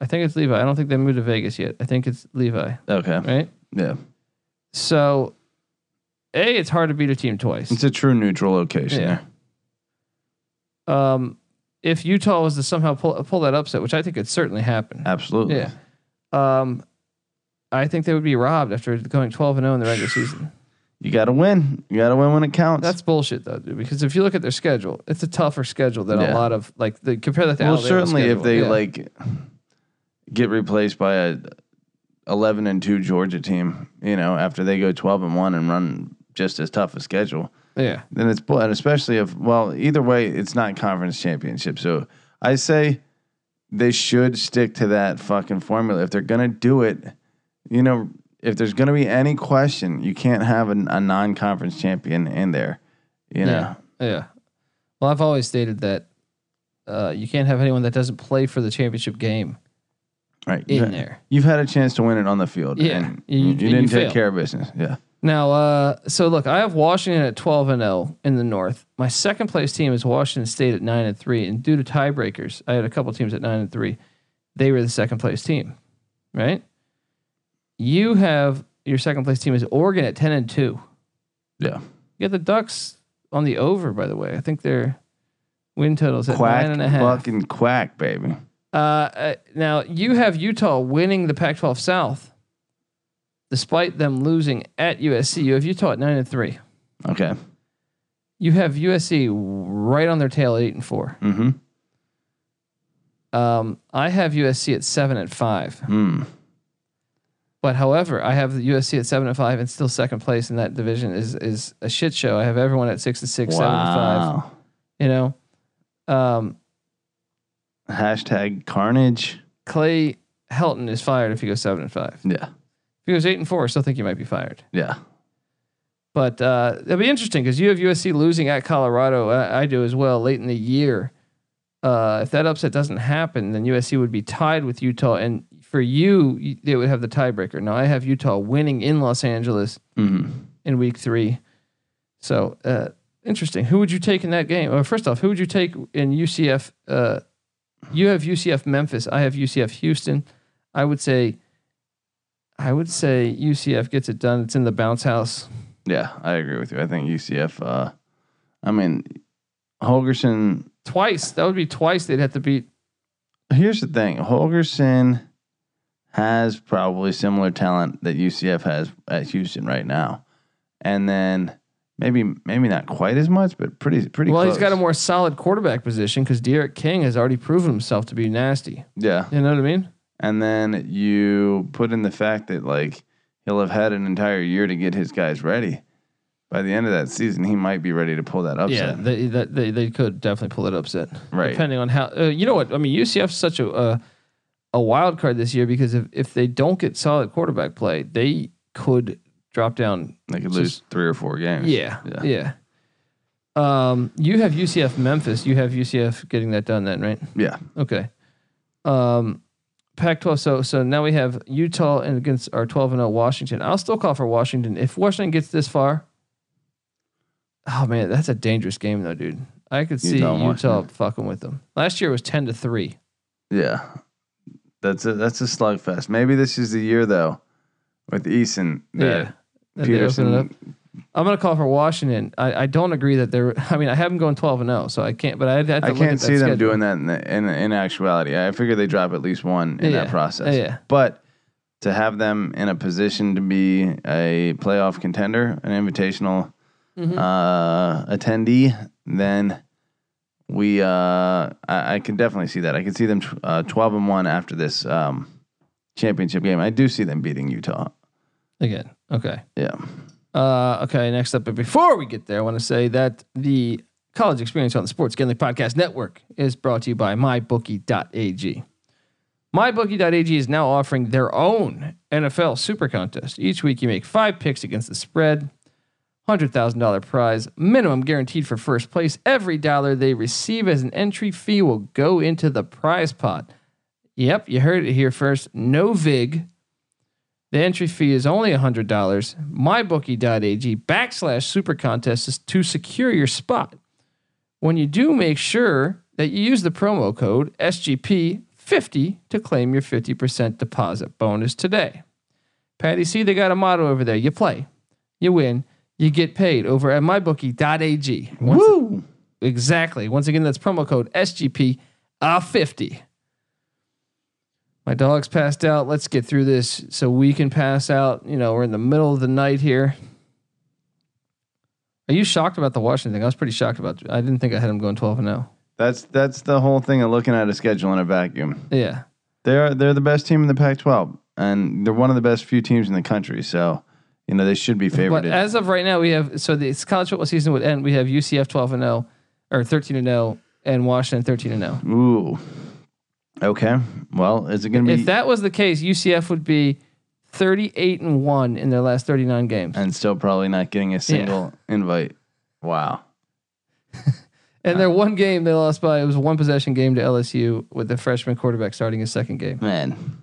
I think it's Levi. I don't think they moved to Vegas yet. I think it's Levi,
Okay.
right?
Yeah.
So, a it's hard to beat a team twice.
It's a true neutral location
Yeah.
there.
um, if Utah was to somehow pull, pull that upset, which I think could certainly happen,
Absolutely.
Yeah. um, I think they would be robbed after going 12 and 0 in the regular season.
You got to win. You got to win when it counts.
That's bullshit though, dude, because if you look at their schedule, it's a tougher schedule than
Yeah.
a lot of like the compare that to
well,
Alabama's
certainly if
schedule.
they
Yeah.
like get replaced by a 11 and 2 Georgia team, you know, after they go 12 and 1 and run just as tough a schedule,
yeah,
then it's bull- and especially if well, either way, it's not conference championship. So I say they should stick to that fucking formula. If they're gonna do it, you know, if there's gonna be any question, you can't have an, a non-conference champion in there. You know,
Yeah. Yeah. Well, I've always stated that uh, you can't have anyone that doesn't play for the championship game
right?
in
You've-
there.
You've had a chance to win it on the field.
Yeah.
and
You-
you,
and you
didn't take
failed.
care of business. Yeah,
Now, uh, so look, I have Washington at 12 and 0 in the North. My second place team is Washington State at 9 and 3. And due to tiebreakers, I had a couple teams at 9 and 3. They were the second place team, right? You have your second place team is Oregon at 10 and 2. You
yeah.
got the Ducks on the over, by the way. I think their win totals at
Quack,
nine and a half.
fucking quack, baby.
Uh, uh, now you have Utah winning the Pac-12 South, despite them losing at USC. You have Utah at nine and three.
Okay.
You have USC right on their tail, at eight and four.
Mm-hmm.
Um, I have USC at seven and five.
Hmm.
But however, I have the USC at seven and five, and still second place in that division is is a shit show. I have everyone at six and six, seven and five.
Wow.
You know, um,
Hashtag carnage.
Clay Helton is fired if he goes seven and five. If
Yeah.
he goes eight and four, I still think he might be fired.
Yeah.
But uh, it'll be interesting because you have USC losing at Colorado. uh, I, I do as well late in the year. Uh, if that upset doesn't happen, then USC would be tied with Utah, and for you, you- they would have the tiebreaker. Now I have Utah winning in Los Angeles
Mm.
in Week Three. So uh, interesting. Who would you take in that game? Well, first off, who would you take in UCF? Uh, you have UCF Memphis. I have UCF Houston. I would say, I would say UCF gets it done. It's in the bounce house.
Yeah, I agree with you. I think UCF. Uh, I mean, Holgerson.
twice. That would be twice they'd have to beat.
Here's the thing: Holgerson has probably similar talent that UCF has at Houston right now, and then maybe maybe not quite as much, but pretty pretty.
well, he's
close.
got a more solid quarterback position because Derek King has already proven himself to be nasty.
yeah.
You know what I mean?
And then you put in the fact that like he'll have had an entire year to get his guys ready. By the end of that season, he might be ready to pull that upset.
they, that- they they could definitely pull it upset.
Right.
Depending on how uh, you know what I mean. UCF's such a uh, a wild card this year because if if they don't get solid quarterback play, they could drop down.
they could
It's
lose three or four games.
Yeah.
Yeah.
Yeah. Um, you have UCF Memphis. You have UCF getting that done then, right?
Yeah.
Okay. Um, Pac-12. So so now we have Utah and against our 12 and 0 Washington. I'll still call for Washington if Washington gets this far. Oh man, that's a dangerous game though, dude. I could see
Utah
Utah,
and Washington.
fucking with them. Last year was 10 to three.
Yeah, that's a that's a slugfest. Maybe this is the year though, with Eason.
Yeah.
that
That they opened it up.
Peterson.
I'm gonna call for Washington. I, I don't agree that they're. <laughs> I mean, I have them going 12 and 0, so I can't. But I have to
I
look
can't
at that
see them
schedule.
doing that in, the, in in actuality. I figure they drop at least one in
Yeah.
that process.
Yeah.
But to have them in a position to be a playoff contender, an invitational
Mm-hmm.
uh, attendee, then we uh, I, I can definitely see that. I can see them tw- uh, twelve and one after this um, championship game. I do see them beating Utah.
again. Okay.
Yeah.
Uh, okay, next up, but before we get there, I want to say that the college experience on the Sports Gambling Podcast Network is brought to you by mybookie.ag. MyBookie.ag is now offering their own NFL Super Contest. Each week, you make five picks against the spread, $100,000 prize, minimum guaranteed for first place. Every dollar they receive as an entry fee will go into the prize pot. Yep, you heard it here first. No VIG. The entry fee is only $100. MyBookie.ag backslash super contest is to secure your spot. When you do, make sure that you use the promo code SGP50 to claim your 50% deposit bonus today. Patty C, they got a motto over there. You play, you win, you get paid over at mybookie.ag. Once-
Woo!
Exactly. Once again, that's promo code SGP uh, 50. My dog's passed out. Let's get through this so we can pass out. You know, we're in the middle of the night here. Are you shocked about the Washington thing? I was pretty shocked about I didn't think I had him going 12 and oh. 0.
That's that's the whole thing of looking at a schedule in a vacuum.
Yeah.
They're they're the best team in the Pac-12, and they're one of the best few teams in the country. So, you know, they should be
But
favored.
as of right now, we have so the college football season would end. We have oh, UCF 12 and 0 or 13 and 0 and Washington 13 and 0.
Ooh, Okay. Well, is it going to be
If that was the case, UCF would be 38 and 1 in their last 39 games.
and still probably not getting a single invite? Wow.
And their one game they lost by it was a one possession game to LSU with the freshman quarterback starting his second game.
Man.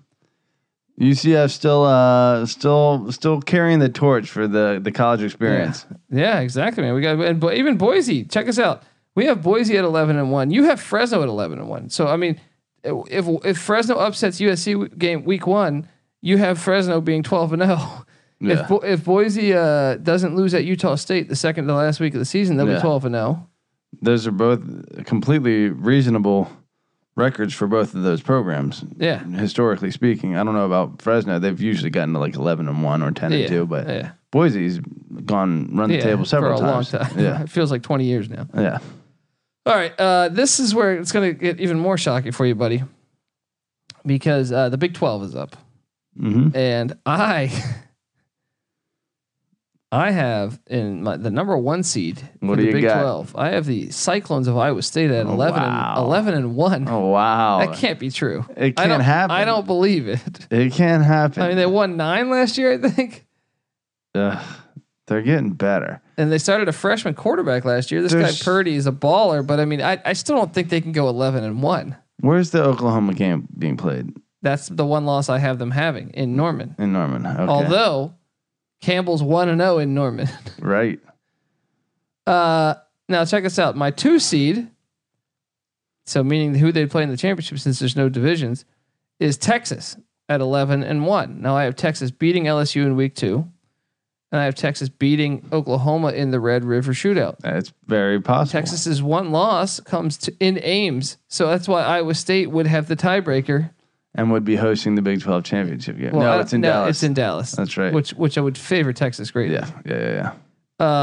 UCF still uh still still carrying the torch for the the college experience.
Yeah, exactly, man. We got and Bo- even Boise. Check us out. We have Boise at eleven and one. You have Fresno at eleven and one. So I mean, if if Fresno upsets USC w- game week one, you have Fresno being twelve and zero.
Yeah.
If Bo- if Boise uh, doesn't lose at Utah State the second to last week of the season, they'll
Yeah.
be twelve and oh. zero.
Those are both completely reasonable records for both of those programs.
Yeah.
Historically speaking, I don't know about Fresno. They've usually gotten to like 11 and 1 or 10
Yeah,
and 2, but
yeah.
Boise's gone run the
Yeah,
table several
for a
times.
long time. <laughs>
Yeah.
it feels like twenty years now.
Yeah.
All right, uh, this is where it's going to get even more shocking for you, buddy, because uh, the Big Twelve is up.
Mm-hmm.
and I <laughs> I have in my, the number one seed
What
for
do
the
you
Big
got?
Twelve. I have the Cyclones of Iowa State at
Oh,
eleven
wow.
and eleven and one.
Oh wow.
That can't be true.
it
I
can't
don't,
happen.
I don't believe it. <laughs>
It can't happen.
I mean, they won nine last year, I think,
Ugh, they're getting better.
and they started a freshman quarterback last year. This
There's-
guy Purdy is a baller, but I mean, I, I still don't think they can go eleven and one.
Where's the Oklahoma game being played
That's the one loss I have them having in Norman.
in Norman? Okay.
Although Campbell's one and zero in Norman. <laughs>
right.
Uh, now check this out. My two seed, so meaning who they play in the championship since there's no divisions, is Texas at eleven and one. Now I have Texas beating LSU in week two, and I have Texas beating Oklahoma in the Red River Shootout.
It's very possible.
Texas's one loss comes to in Ames, so that's why Iowa State would have the tiebreaker.
and would be hosting the Big 12 championship game.
I
no,
don't-
it's in Dallas.
uh, It's in Dallas.
That's right.
Which which I would favor Texas greatly.
yeah. Yeah. Yeah. yeah.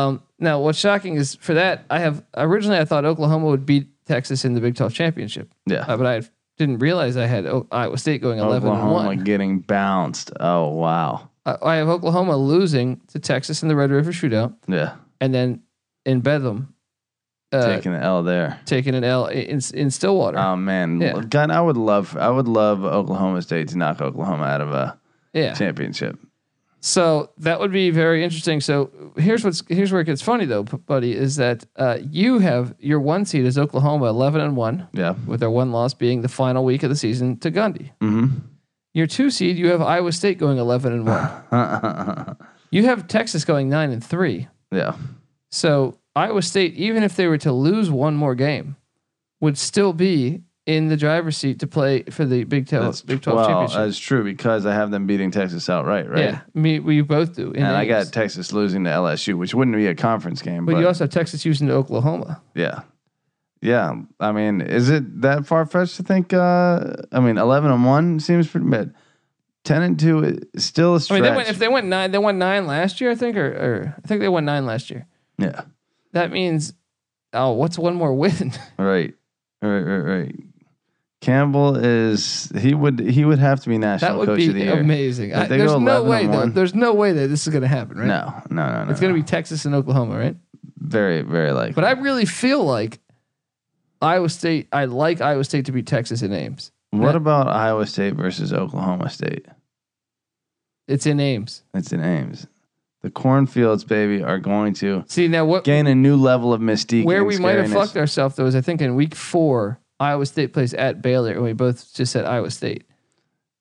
Um, now, what's shocking is for that I have originally I thought Oklahoma would beat Texas in the Big 12 championship,
Yeah.
uh, but I didn't realize I had o- Iowa State going 11 and
Oklahoma
one.
getting bounced. Oh wow.
I, I have Oklahoma losing to Texas in the Red River Shootout,
Yeah.
and then in Bedlam, uh, taking.
Taking the L there.
an L i- in in Stillwater.
Oh man,
Yeah.
God, I would love, I would love Oklahoma State to knock Oklahoma out of a
yeah.
championship.
So that would be very interesting. So here's what's here's where it gets funny though, p- buddy, is that uh, you have your one seed is Oklahoma 11 and one.
Yeah.
with their one loss being the final week of the season to Gundy.
Mm-hmm.
Your two seed, you have Iowa State going eleven and one.
<laughs>
you have Texas going nine and three.
Yeah.
So Iowa State, even if they were to lose one more game, would still be in the driver's seat to play for the Big Twelve, Big Twelve
well,
championship.
That's true because I have them beating Texas outright, right?
Yeah, me, we both do. in
And I
Ames.
got Texas losing to LSU, which wouldn't be a conference game,
but
but,
you also have Texas using to Oklahoma.
yeah. Yeah. I mean, is it that far fetched to think uh I mean eleven and one seems pretty bad. Ten and two is still a
I
stretch.
mean, they went, if they went nine, they won nine last year, I think, or, or I think they won nine last year.
yeah.
That means, oh, what's one more win? <laughs>
Right. Right, right, right. Campbell is he would he would have to be national
That would
coach
be
of the year.
amazing. I,
they
there's
go
no
11
way
and
though.
one-
There's no way that this is going to happen, right?
No, no, no, no.
It's going to be Texas and Oklahoma, right?
very, very likely.
But I really feel like Iowa State. I like Iowa State to beat Texas in Ames.
what about Iowa State versus Oklahoma State?
It's in Ames.
It's in Ames. The cornfields, baby, are going to
See now what
gain a new level of mystique.
where
and
we might have
scariness.
fucked ourselves though is I think in week four Iowa State plays at Baylor and we both just said Iowa State.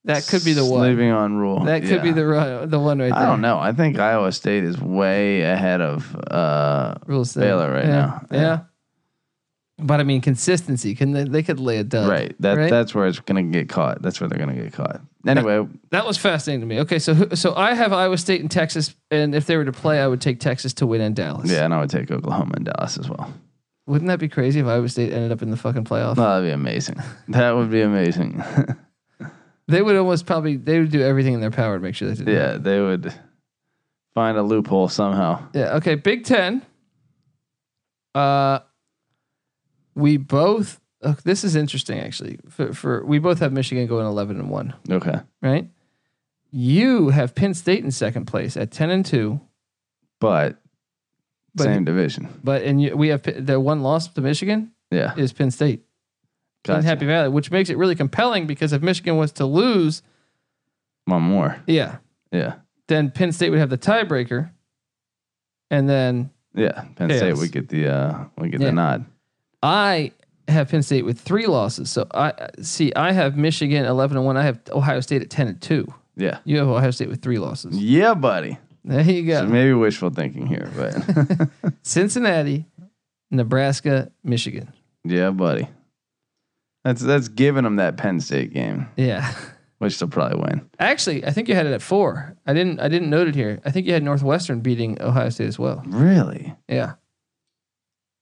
That could be the one.
Sleeping on rule.
<laughs> That could be
Yeah.
the run, the one right there.
I don't know. I think Iowa State is way ahead of. Uh,
Rules there.
Baylor right
Yeah.
now.
Yeah. But I mean consistency. Can they, they could lay a dud.
right. That
Uh, right?
that's where it's gonna get caught. That's where they're gonna get caught. Anyway,
That was fascinating to me. Okay, so who- so I have Iowa State and Texas, and if they were to play, I would take Texas to win in Dallas.
yeah, and I would take Oklahoma and Dallas as well.
wouldn't that be crazy if Iowa State ended up in the fucking playoff?
No, that'd be amazing. <laughs> That would be amazing. <laughs>
They would almost probably they would do everything in their power to make sure that didn't. happen.
yeah, they would find a loophole somehow.
yeah. Okay, Big Ten. Uh, we both. oh, this is interesting actually. For, for we both have Michigan going eleven and one,
Okay,
right? You have Penn State in second place at ten and two,
but,
But-
same division.
but and you, we have P- their one loss to Michigan
Yeah,
is Penn State. in
Gotcha.
Happy Valley, which makes it really compelling because if Michigan was to lose,
One more.
yeah,
Yeah.
then Penn State would have the tiebreaker, and then
Yeah. Penn
Chaos.
State would get the uh would get
Yeah.
the nod.
I have Penn State with three losses. So I see I have Michigan eleven and one. I have Ohio State at ten and two.
Yeah.
You have Ohio State with three losses.
Yeah, buddy.
There you
So
go.
maybe wishful thinking here, but
<laughs> Cincinnati, Nebraska, Michigan.
yeah, buddy. That's that's giving them that Penn State game,
Yeah. <laughs>
which they'll probably win.
Actually, I think you had it at four. I didn't. I didn't note it here. I think you had Northwestern beating Ohio State as well.
Really? <laughs>
Yeah,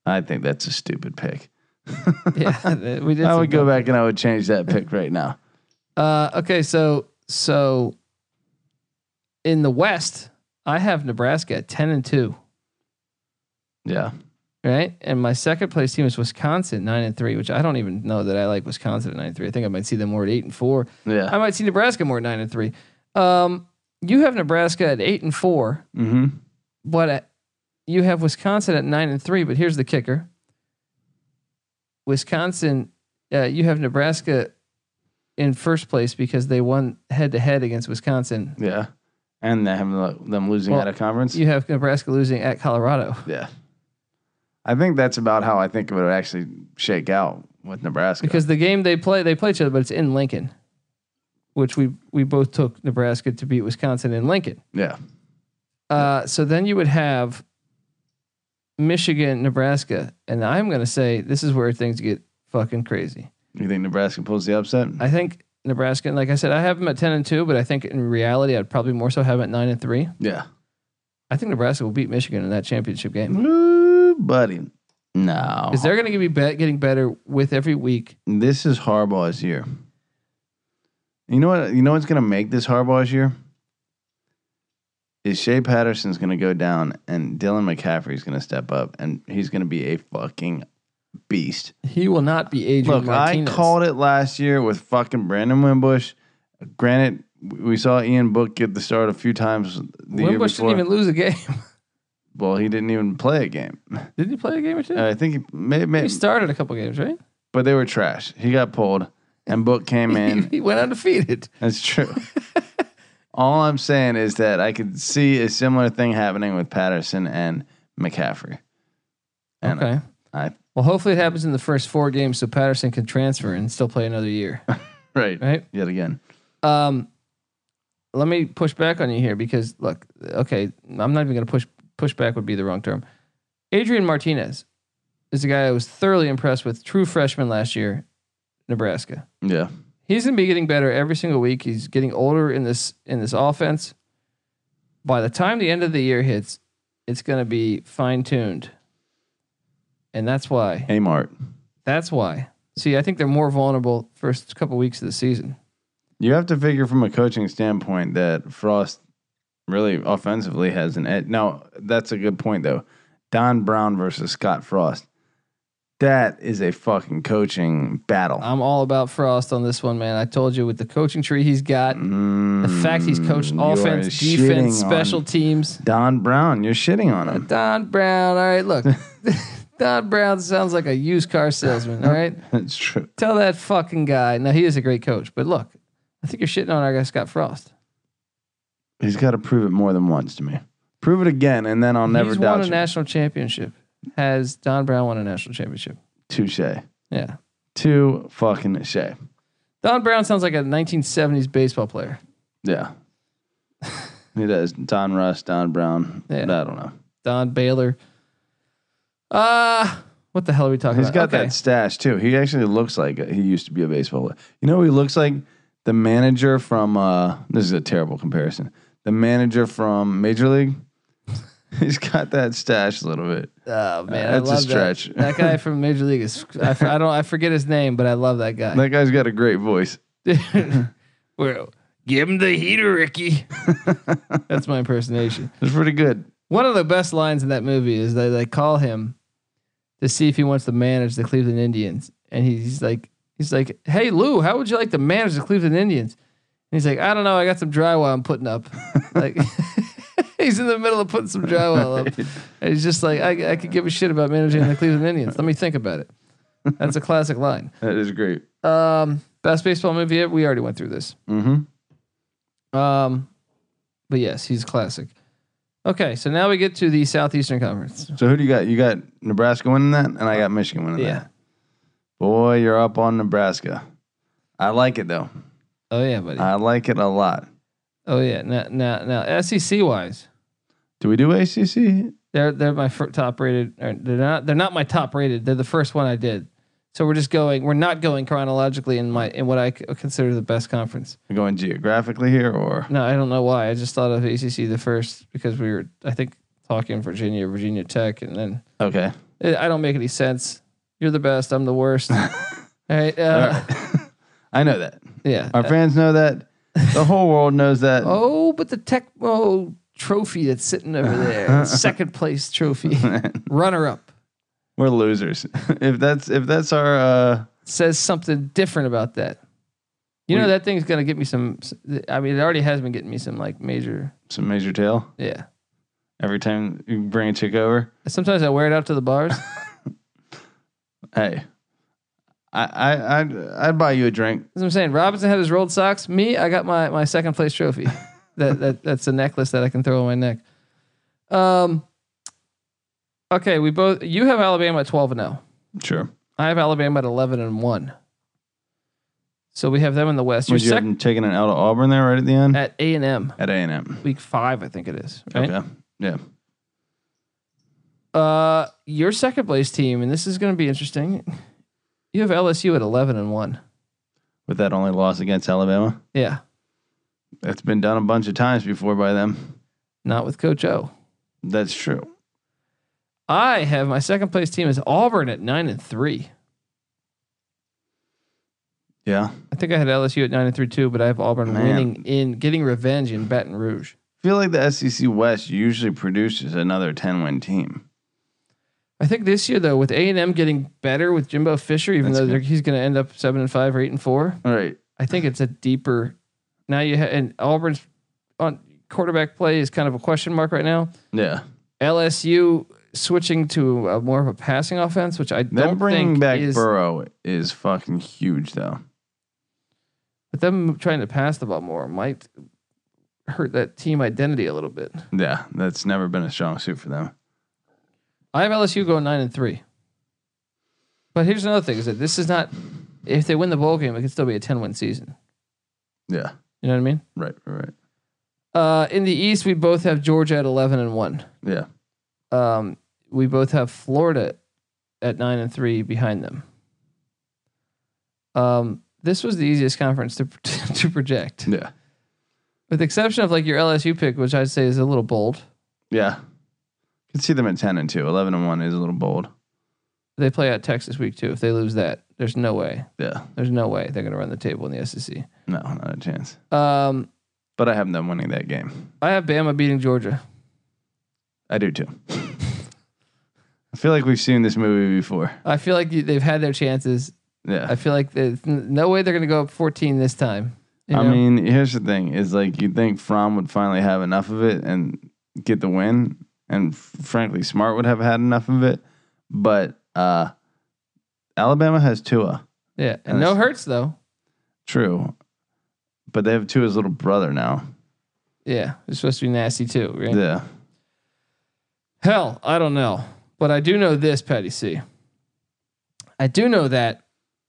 I think that's a stupid pick.
yeah. We did.
I would
some
go back and I would change that pick right now.
Uh, okay, so so in the West, I have Nebraska at ten and two,
Yeah.
right? And my second place team is Wisconsin nine and three, which I don't even know that I like Wisconsin at nine and three. I think I might see them more at eight and four.
Yeah.
I might see Nebraska more at nine and three. Um, you have Nebraska at eight and four,
Mm-hmm.
but at, you have Wisconsin at nine and three. But here's the kicker: Wisconsin, uh, you have Nebraska in first place because they won head to head against Wisconsin
Yeah. And they have them losing
Well,
at a conference.
You have Nebraska losing at Colorado.
Yeah. I think that's about how I think it would actually shake out with Nebraska.
Because the game they play, they play each other, but it's in Lincoln, which we we both took Nebraska to beat Wisconsin in Lincoln.
yeah.
Uh, so then you would have Michigan, Nebraska, and I'm going to say this is where things get fucking crazy.
You think Nebraska pulls the upset?
I think Nebraska, and like I said, I have them at ten and two, but I think in reality, I'd probably more so have them at nine and three.
yeah.
I think Nebraska will beat Michigan in that championship game
Ooh, buddy. No.
because they're going to be bet getting better with every week.
this is Harbaugh's year. You know what? You know what's going to make this Harbaugh's year? Is Shea Patterson's going to go down and Dylan McCaffrey's going to step up and he's going to be a fucking beast.
He will not be Adrian
Look,
Martinez.
I called it last year with fucking Brandon Wimbush. Granted, we saw Ian Book get the start a few times the year
Wimbush
before.
didn't even lose a game. <laughs>
well, he didn't even play a game.
Did he play a game or two?
I think he may, may,
he started a couple games, right? <laughs>
but they were trash. He got pulled, and Book came in.
he went undefeated. <laughs>
That's true. All I'm saying is that I could see a similar thing happening with Patterson and McCaffrey. And
okay.
I,
Well, hopefully it happens in the first four games so Patterson can transfer and still play another year, <laughs>
right,
right?
yet again.
Um, let me push back on you here because look, okay, I'm not even going to push push back would be the wrong term. Adrian Martinez is a guy I was thoroughly impressed with, true freshman last year, Nebraska.
Yeah,
he's gonna be getting better every single week. He's getting older in this in this offense. By the time the end of the year hits, it's gonna be fine tuned, and that's why.
Amart.
That's why. See, I think they're more vulnerable first couple weeks of the season.
You have to figure from a coaching standpoint that Frost really offensively has an edge. Now, that's a good point, though. Don Brown versus Scott Frost. That is a fucking coaching battle.
I'm all about Frost on this one, man. I told you with the coaching tree he's got, the fact he's coached
Mm, you are
offense,
shitting
defense,
on
special teams.
Don Brown, you're shitting
<laughs>
on him.
Don Brown. All right,
<laughs>
look. <laughs> Don Brown sounds like a used car salesman. All
<laughs>
right.
That's true.
Tell that fucking guy. Now he is a great coach, but look, I think you're shitting on our guy Scott Frost.
He's got to prove it more than once to me. Prove it again, and then I'll never
He's won
doubt
a
you.
national championship. Has Don Brown won a national championship?
Touche.
Yeah.
Two fucking shay.
Don Brown sounds like a 1970s baseball player. <laughs>
Yeah. he does. Don Russ, Don Brown.
Yeah.
I don't know.
Don Baylor. Uh what the hell are we talking
He's
about?
got that stash too. He actually looks like he used to be a baseball player. You know, who he looks like the manager from. Uh, this is a terrible comparison. The manager from Major League. <laughs> He's got that stash a little bit.
Oh man,
Uh, That's
I
a
love
stretch.
That. that guy
<laughs>
from Major League is. I, f- I don't. I forget his name, but I love that guy.
That guy's got a great voice.
<laughs>
<laughs>
Well, give him the heater, Ricky. That's my impersonation.
It's pretty good.
One of the best lines in that movie is they they call him to see if he wants to manage the Cleveland Indians, and he's like, he's like, "Hey Lou, how would you like to manage the Cleveland Indians?" And he's like, "I don't know, I got some drywall I'm putting up." like, <laughs> he's in the middle of putting some drywall up, and he's just like, "I I could give a shit about managing the Cleveland Indians. Let me think about it." That's a classic line.
That is great.
Um, best baseball movie ever. We already went through this.
Mm-hmm.
Um, but yes, he's classic. Okay, so now we get to the Southeastern Conference.
So who do you got? You got Nebraska winning that, and I got Michigan winning
Yeah.
that. Boy, you're up on Nebraska. I like it though.
Oh yeah, buddy.
I like it a lot.
Oh yeah. Now now now SEC wise,
Do we do ACC?
they're they're my fir- top rated. Or they're not they're not my top rated. They're the first one I did. So we're just going. We're not going chronologically in my in what I c- consider the best conference.
We're going geographically here, or
No, I don't know why. I just thought of ACC the first because we were I think talking Virginia, Virginia Tech, and then
okay.
it, I don't make any sense. You're the best. I'm the
<laughs>
worst. All right. Uh,
All right. I know that.
Yeah.
Our fans know that. The whole world knows that. <laughs>
Oh, but the Tecmo trophy that's sitting over there,
<laughs>
second place trophy, runner up,
We're losers. <laughs> if that's if that's our uh,
says something different about that. You know
Wait.
that thing's gonna get me some. I mean, it already has been getting me some like major.
some major tail,
Yeah.
every time you bring a chick over,
Sometimes I wear it out to the bars. <laughs>
hey, I I I'd, I'd buy you a drink.
That's what I'm saying. Robinson had his rolled socks. Me, I got my my second place trophy. that that that's a necklace that I can throw on my neck. Um. Okay, we both. You have Alabama at 12 and 0.
Sure.
I have Alabama at eleven and one. So we have them in the West. You're
Would you
second
have taken an L to Auburn there right at the end
at A and M,
at A and M?
week five, I think it is. Right.
Okay. Yeah.
Uh, your second place team, and this is going to be interesting. You have LSU at eleven and one.
With that only loss against Alabama,
Yeah,
that's been done a bunch of times before by them.
not with Coach O.
That's true.
I have my second place team is Auburn at nine and three.
Yeah.
I think I had LSU at nine and three too, but I have Auburn
Man.
winning in getting revenge in Baton Rouge.
feel like the SEC West usually produces another 10 win team.
I think this year though, with A and M getting better with Jimbo Fisher, even
That's
though
good.
they're he's going to end up seven and five or eight and four.
All right.
I think it's a deeper. Now you ha- and Auburn's on quarterback play is kind of a question mark right now.
Yeah.
LSU switching to a, more of a passing offense, which I
Them
don't
bringing
think
back
is.
Burrow is fucking huge, though.
But them trying to pass the ball more might hurt that team identity a little bit.
Yeah. That's never been a strong suit for them.
I have LSU going nine and three. But here's another thing: is that this is not. If they win the bowl game, it could still be a ten win season.
Yeah.
You know what I mean?
Right. Right. right.
Uh, in the East, we both have Georgia at eleven and one.
Yeah.
um, we both have Florida at nine and three behind them. Um, this was the easiest conference to <laughs> to project,
Yeah.
with the exception of like your LSU pick, which I'd say is a little bold.
Yeah. Could see them at 10 and 2. 11 and 1 is a little bold.
They play at Texas week two. If they lose that, there's no way.
Yeah.
There's no way they're gonna run the table in the SEC.
No, not a chance.
Um,
But I have them winning that game.
I have Bama beating Georgia.
I do too. <laughs> I feel like we've seen this movie before.
I feel like you- they've had their chances.
Yeah.
I feel like there's n- no way they're gonna go up 14 this time. you
I
know?
mean, here's the thing: is like you think Fromm would finally have enough of it and get the win, and f- frankly, Smart would have had enough of it, but uh, Alabama has Tua,
yeah, and no hurts though.
true, but they have Tua's little brother now.
Yeah, it's supposed to be nasty too, right?
Yeah,
Hell, I don't know. But I do know this, Patty C. I do know that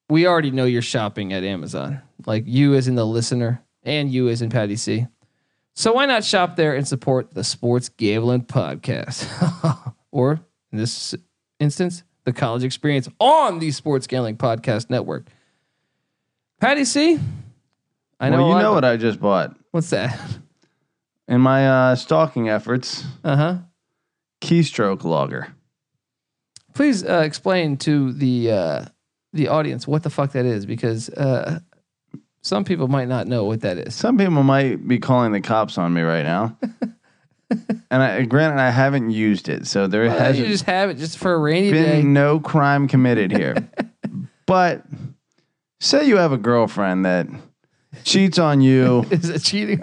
we already know you're shopping at Amazon. Like you as in the listener and you as in Patty C. So why not shop there and support the Sports Gambling Podcast? <laughs> or in this instance, the college experience on the Sports Gambling Podcast Network. Patty C, I know
well,
a
you
lot
know what
about-
I just bought
what's that? <laughs>
in my uh, stalking efforts:
Uh-huh.
Keystroke Logger.
please uh, explain to the uh, the audience what the fuck that is because uh, some people might not know what that is.
Some people might be calling the cops on me
<laughs>
right now. And I, granted, I haven't used it, so there
Uh, you
hasn't
just have it just for a rainy
been
day. <laughs>
no crime committed here. but say you have a girlfriend that cheats on you
Is it cheating?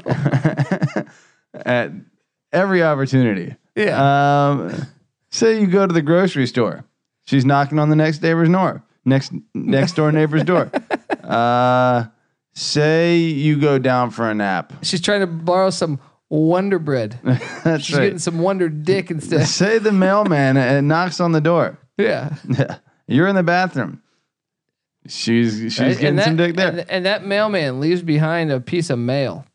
at every opportunity.
yeah.
Um, say you go to the grocery store. She's knocking on the next neighbor's door. next next door
<laughs>
neighbor's door. Uh, say you go down for a
<laughs>
nap. <laughs>
She's trying to borrow some Wonder Bread.
That's
She's
right.
getting some Wonder Dick
<laughs>
instead.
Say the mailman uh, knocks on
<laughs>
the door.
Yeah.
You're in the bathroom. She's she's
Right?
getting
that,
some dick there.
And, and that mailman leaves behind a piece of mail.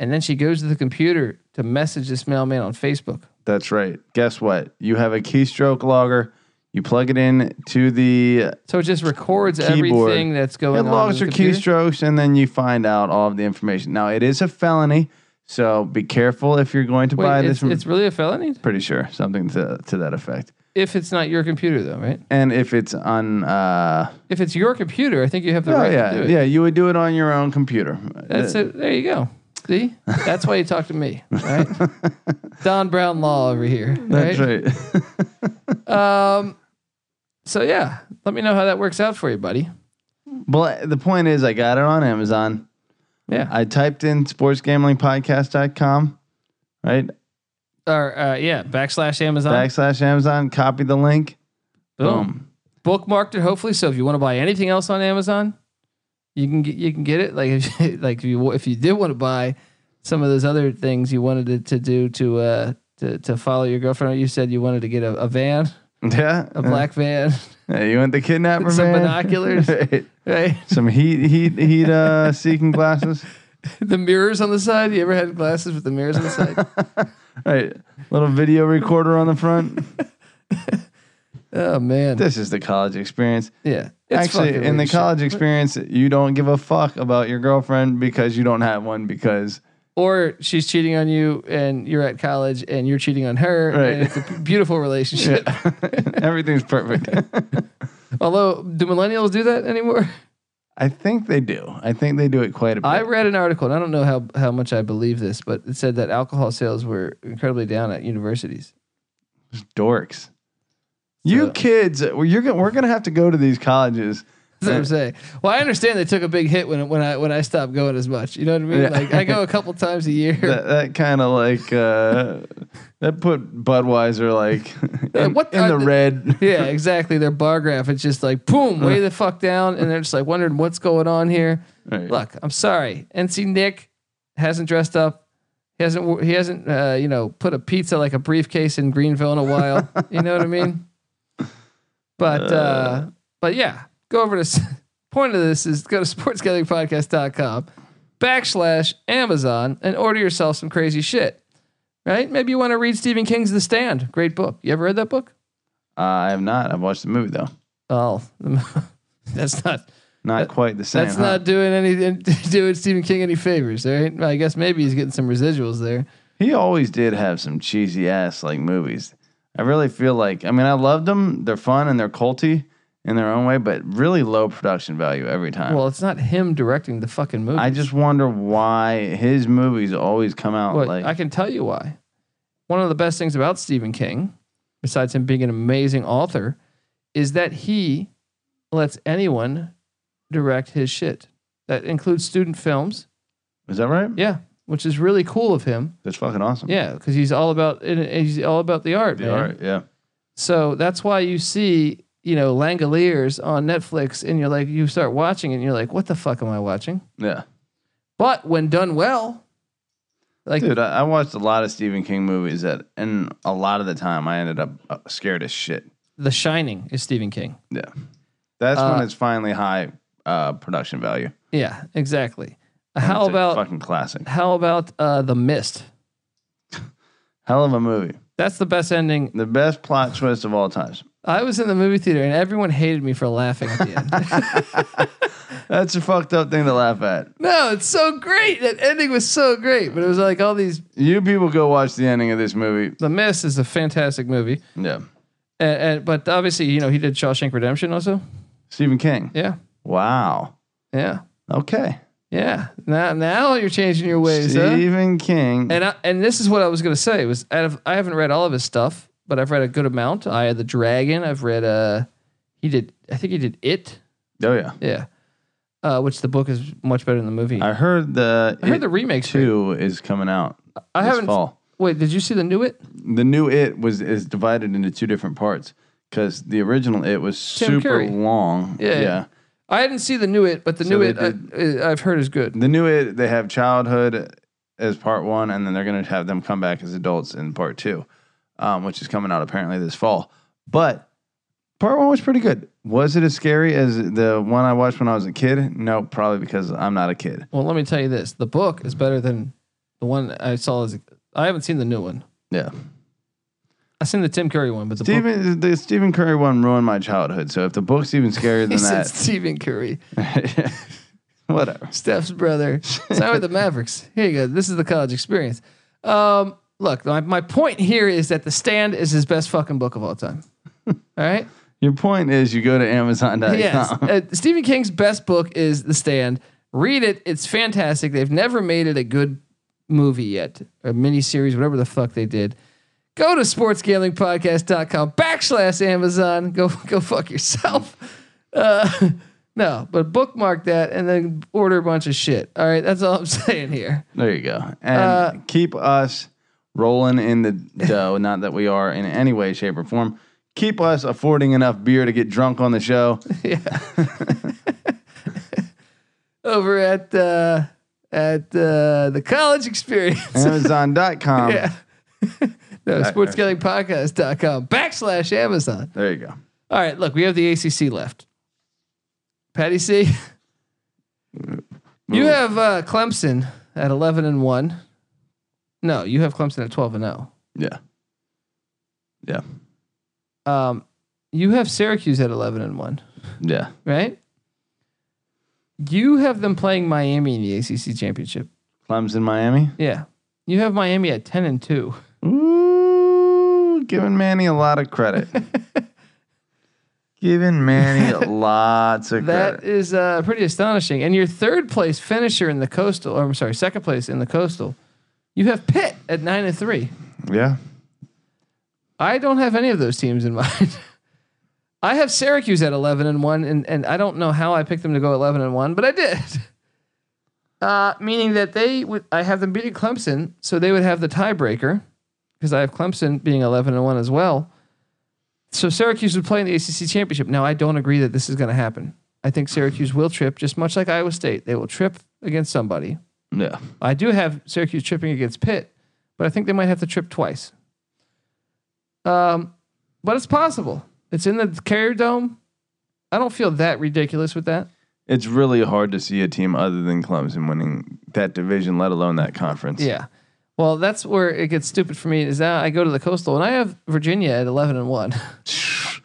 And then she goes to the computer to message this mailman on Facebook.
That's right. Guess what? You have a keystroke logger. You plug it in to the
So it just records
Keyboard.
everything that's going
it
on.
logs
with
your
the computer.
keystrokes, and then you find out all of the information. Now it is a felony, so be careful if you're going to
Wait,
buy
it's,
this. From,
it's really a felony
pretty sure something to to that effect.
if it's not your computer, though, right?
And if it's on, uh,
If it's your computer, I think you have the
oh
right
yeah,
to do it.
yeah, you would do it on your own computer.
That's it. There you go. See, that's why you talk to me,
<laughs>
right? Don Brown Law over here.
That's right. <laughs>
So yeah, let me know how that works out for you, buddy.
but the point is, I got it on Amazon.
Yeah.
I typed in sportsgamblingpodcast.com, right?
Uh-huh. Or uh, yeah, backslash Amazon.
Backslash Amazon. Copy the link.
Boom. Bookmarked it. Hopefully, so if you want to buy anything else on Amazon, you can get you can get it. Like if you, <laughs> like if you if you did want to buy some of those other things you wanted to, to do to uh to, to follow your girlfriend, you said you wanted to get a, a van,
Boom. <laughs> Yeah.
a black van,
Yeah, you want the kidnapper
Some
man? <laughs>
binoculars.
Right.
right? <laughs>
Some heat heat heat uh seeking glasses.
The mirrors on the side. You ever had glasses with the mirrors on the side?
Right. Little video recorder on the front.
Oh man,
this is the college experience.
yeah.
Actually,
fucking
in the
weird shit.
college experience, you don't give a fuck about your girlfriend because you don't have one because <laughs>
or she's cheating on you, and you're at college, and you're cheating on her, and
Right.
it's a beautiful relationship.
everything's perfect. <laughs>
Although, do millennials do that anymore?
I think they do. I think they do it quite a bit.
I read an article, and I don't know how, how much I believe this, but it said that alcohol sales were incredibly down at universities.
Dorks. You
So-
kids, well, you're gonna, we're gonna have to go to these colleges.
That's what I'm saying. Well, I understand they took a big hit when when I when I stopped going as much. You know what I mean?
Yeah.
Like I go a couple times a year.
That, that kind of like uh, that put Budweiser
<laughs>
like in,
Uh, what
in
are
the
the-
red.
<laughs> yeah, exactly. Their bar graph it's just like boom, way the fuck down, and they're just like wondering what's going on here.
Right.
Look, I'm sorry, NC Nick hasn't dressed up. He hasn't wo- he hasn't uh, you know put a pizza like a briefcase in Greenville in a while. you know what I mean? But uh, but yeah, go over to s- point of this is go to sportsgatheringpodcast.com backslash Amazon and order yourself some crazy shit. Right? Maybe you want to read Stephen King's The Stand. Great book. You ever read that book?
Uh, I have not. I've watched the movie though. <laughs>
Oh, that's not
Not Uh-huh. quite the same.
that's
huh?
not doing any <laughs> doing Stephen King any favors. All right, I guess maybe he's getting some residuals there.
He always did have some cheesy ass like movies. I really feel like I mean I loved them. They're fun and they're culty in their own way, but really low production value every time.
Well, it's not him directing the fucking movie.
I just wonder why his movies always come out
Well,
like
I can tell you why. One of the best things about Stephen King, besides him being an amazing author, is that he lets anyone direct his shit. That includes student films.
is that right?
Yeah, which is really cool of him.
That's fucking awesome.
Yeah, because he's all about he's all about the art,
The
man.
art, yeah.
So that's why you see, you know, Langoliers on Netflix and you're like, you start watching it and you're like, what the fuck am I watching?
Yeah.
But when done well, like,
Dude, I, I watched a lot of Stephen King movies that and a lot of the time I ended up uh, scared as shit.
The Shining is Stephen King.
Yeah. That's
Uh,
when it's finally high uh, production value.
Yeah, exactly.
And
How
it's a
about,
fucking classic?
how about uh, The Mist?
Hell of a movie.
That's the best ending.
The best plot twist of all times.
I was in the movie theater and everyone hated me for laughing at the end.
That's a fucked up thing to laugh at.
no, it's so great. That ending was so great. But it was like all these.
You people go watch the ending of this movie.
The Mist is a fantastic movie.
Yeah.
And, and, but obviously, you know, he did Shawshank Redemption also.
Stephen King.
Yeah.
Wow.
Yeah.
Okay.
Yeah. Now now you're changing your ways. Huh?
Stephen King.
And I, and this is what I was gonna say was out of I haven't read all of his stuff, but I've read a good amount. I had the Dragon. I've read uh he did I think he did it.
oh yeah.
Yeah. Uh, which the book is much better than the movie. I,
I heard the
heard
It
the remake's too.
two is coming out.
I
this
haven't
fall.
wait, did you see the new it?
The new It was is divided into two different parts. because the original it was
Tim
super
Curry.
long.
Yeah. I didn't see the new it, but the
So
new
they
it I, I- I've heard is good.
The new it they have childhood as part one, and then they're gonna have them come back as adults in part two, um, which is coming out apparently this fall. But part one was pretty good. Was it as scary as the one I watched when I was a kid? No, probably because I'm not a kid.
Well, let me tell you this: the book is better than the one I saw. As I haven't seen the new one.
Yeah.
I seen the Tim Curry one, but the book.
Stephen the Stephen Curry one ruined my childhood. So if the book's even scarier
<laughs> He
than
said
that,
Stephen Curry,
<laughs> whatever.
Steph's brother, signed with the Mavericks. Here you go. This is the college experience. Um, look, my, my point here is that The Stand is his best fucking book of all time. All right.
Your point is you go to Amazon.com. <laughs>
Yes. Uh, Stephen King's best book is The Stand. Read it. It's fantastic. They've never made it a good movie yet, or miniseries, whatever the fuck they did. Go to sportsgamblingpodcast.com backslash Amazon. Go <laughs> go fuck yourself. <laughs> Uh, no, but bookmark that and then order a bunch of shit. All right, that's all I'm <laughs> saying here.
There you go. And
Uh,
keep us rolling
<laughs>
in the dough. Not that we are in any way, shape, or form. Keep us affording enough beer to get drunk on
<laughs>
the show.
Over at uh, at uh, the college experience. <laughs>
Amazon.com.
yeah. <laughs> no, sportsgamblingpodcast.com backslash Amazon.
There you go.
All right, look, we have the ACC left. Patty C, you have uh, Clemson at eleven and one. No, you have Clemson at twelve and oh. zero.
Yeah. Yeah.
Um, you have Syracuse at eleven and one,
Yeah.
right? You have them playing Miami in the ACC championship.
Clemson, Miami.
Yeah, you have Miami at ten and two.
Ooh, giving Manny a lot
<laughs>
of credit. giving Manny lots of
That
credit.
is uh, pretty astonishing. And your third place finisher in the coastal, or I'm sorry, second place in the coastal, you have Pitt at nine and three. <laughs>
Yeah.
I don't have any of those teams in <laughs> mind. I have Syracuse at eleven and one, and, and I don't know how I picked them to go eleven and one, but I did. <laughs> Uh, meaning that they would, I have them beating Clemson, so they would have the tiebreaker because I have Clemson being eleven and one as well. So Syracuse would play in the ACC championship. Now I don't agree that this is going to happen. I think Syracuse will trip, just much like Iowa State. They will trip against somebody.
Yeah.
I do have Syracuse tripping against Pitt, but I think they might have to trip twice. Um, but it's possible. It's in the Carrier Dome. I don't feel that ridiculous with that.
It's really hard to see a team other than Clemson winning that division, let alone that conference.
Yeah. Well, that's where it gets stupid for me. Is now I go to the Coastal and I have Virginia at eleven and one.
<sighs>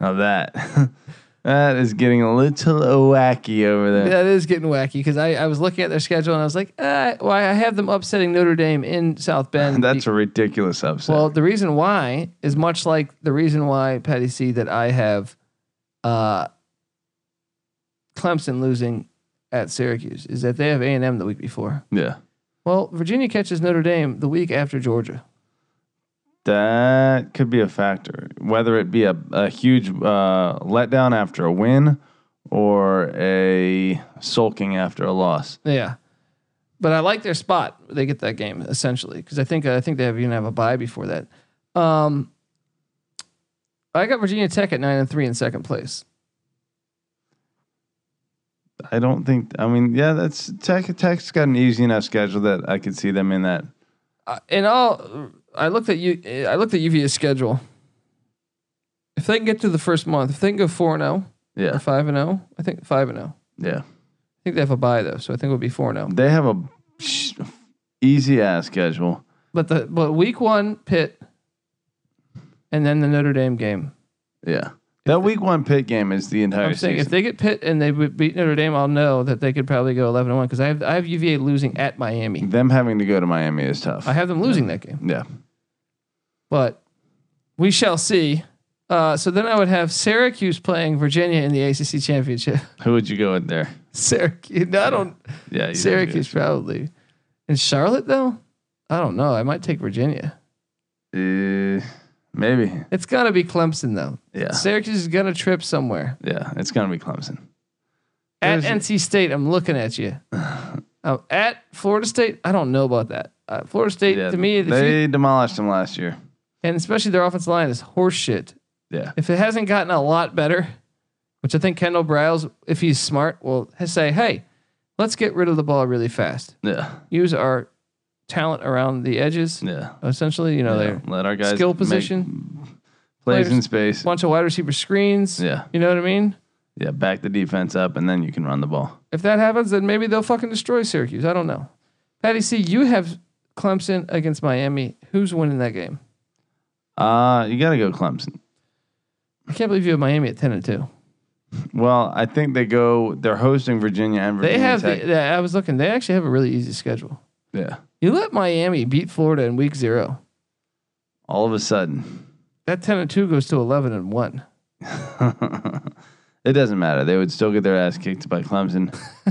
Now that <laughs> that is getting a little wacky over
<laughs>
there.
that is getting wacky because I, I was looking at their schedule and I was like, ah, why I have them upsetting Notre Dame in South <laughs> Bend.
That's a ridiculous upset.
Well, the reason why is much like the reason why Patty C that I have uh, Clemson losing at Syracuse is that they have A and M the week before.
yeah,
Well, Virginia catches Notre Dame the week after Georgia.
that could be a factor. Whether it be a, a huge uh, letdown after a win or a sulking after a loss.
Yeah, but I like their spot. They get that game essentially because I think I think they have even have a bye before that. Um, I got Virginia Tech at nine and three in second place.
I don't think. I mean, yeah, that's Tech. Tech's got an easy enough schedule that I could see them in that.
uh, in all, I looked at you. I looked at UVA's schedule. If they can get to the first month, if they can go four and zero or
Yeah,
five and zero, I think five and zero.
yeah.
I think they have a bye though, so I think it'll be four and oh. zero.
They have a sh- easy ass schedule.
But the but week one Pitt, and then the Notre Dame game.
Yeah, that week one pit game is the entire
I'm saying
season.
if they get Pitt and they would beat Notre Dame, I'll know that they could probably go eleven and one because I have I have UVA losing at Miami.
Them having to go to Miami is tough.
I have them losing that game,
yeah.
but we shall see. Uh, so then I would have Syracuse playing Virginia in the ACC championship.
Who would you go in there?
Syracuse. No, I don't.
Yeah. you-
Syracuse probably. And Charlotte though, I don't know. I might take Virginia.
Uh, maybe.
It's gotta be Clemson though.
Yeah.
Syracuse is gonna trip somewhere.
Yeah. It's going to be Clemson.
At
There's-
NC State, I'm looking at
<sighs>
you. Um, at Florida State, I don't know about that. Uh, Florida State
Yeah.
to me, if you-
they demolished them last year.
and especially their offensive line is horseshit.
Yeah.
If it hasn't gotten a lot better, which I think Kendall Briles, if he's smart, will say, hey, let's get rid of the ball really fast.
Yeah.
Use our talent around the edges,
Yeah.
essentially, you know,
yeah.
they're
Let our guys
skill
make
position,
plays in
players.
space.
bunch of wide receiver screens.
Yeah.
You know what I mean?
Yeah. Back the defense up, and then you can run the ball.
If that happens, then maybe they'll fucking destroy Syracuse. I don't know. Patty C, you have Clemson against Miami. Who's winning that game?
Uh, you got to go Clemson.
I can't believe you have Miami at ten and two.
Well, I think they go. They're hosting Virginia and Virginia
They have. The,
Tech.
the- I was looking. They actually have a really easy schedule.
Yeah.
You let Miami beat Florida in week zero.
all of a sudden,
That ten and two goes to eleven and one.
it doesn't matter. They would still get their ass kicked by Clemson. <laughs>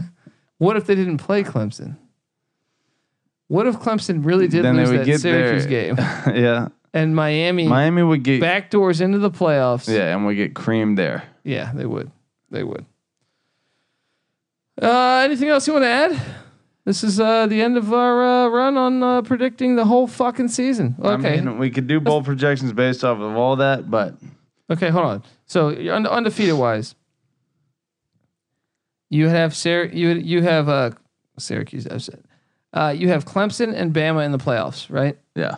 What if they didn't play Clemson? What if Clemson really did
Then they
lose
would
that
get
Syracuse
their-
game
yeah,
and Miami,
<laughs> Miami would get
backdoors into the playoffs?
yeah, and we get creamed there.
Yeah, they would. They would. Uh, anything else you want to add? This is uh, the end of our uh, run on uh, predicting the whole fucking season. Okay.
I mean, we could do bowl projections based off of all that, but
Okay, hold on. So you're unde- undefeated wise, you have Syr- you you have uh, Syracuse. I've said uh, you have Clemson and Bama in the playoffs, right?
Yeah.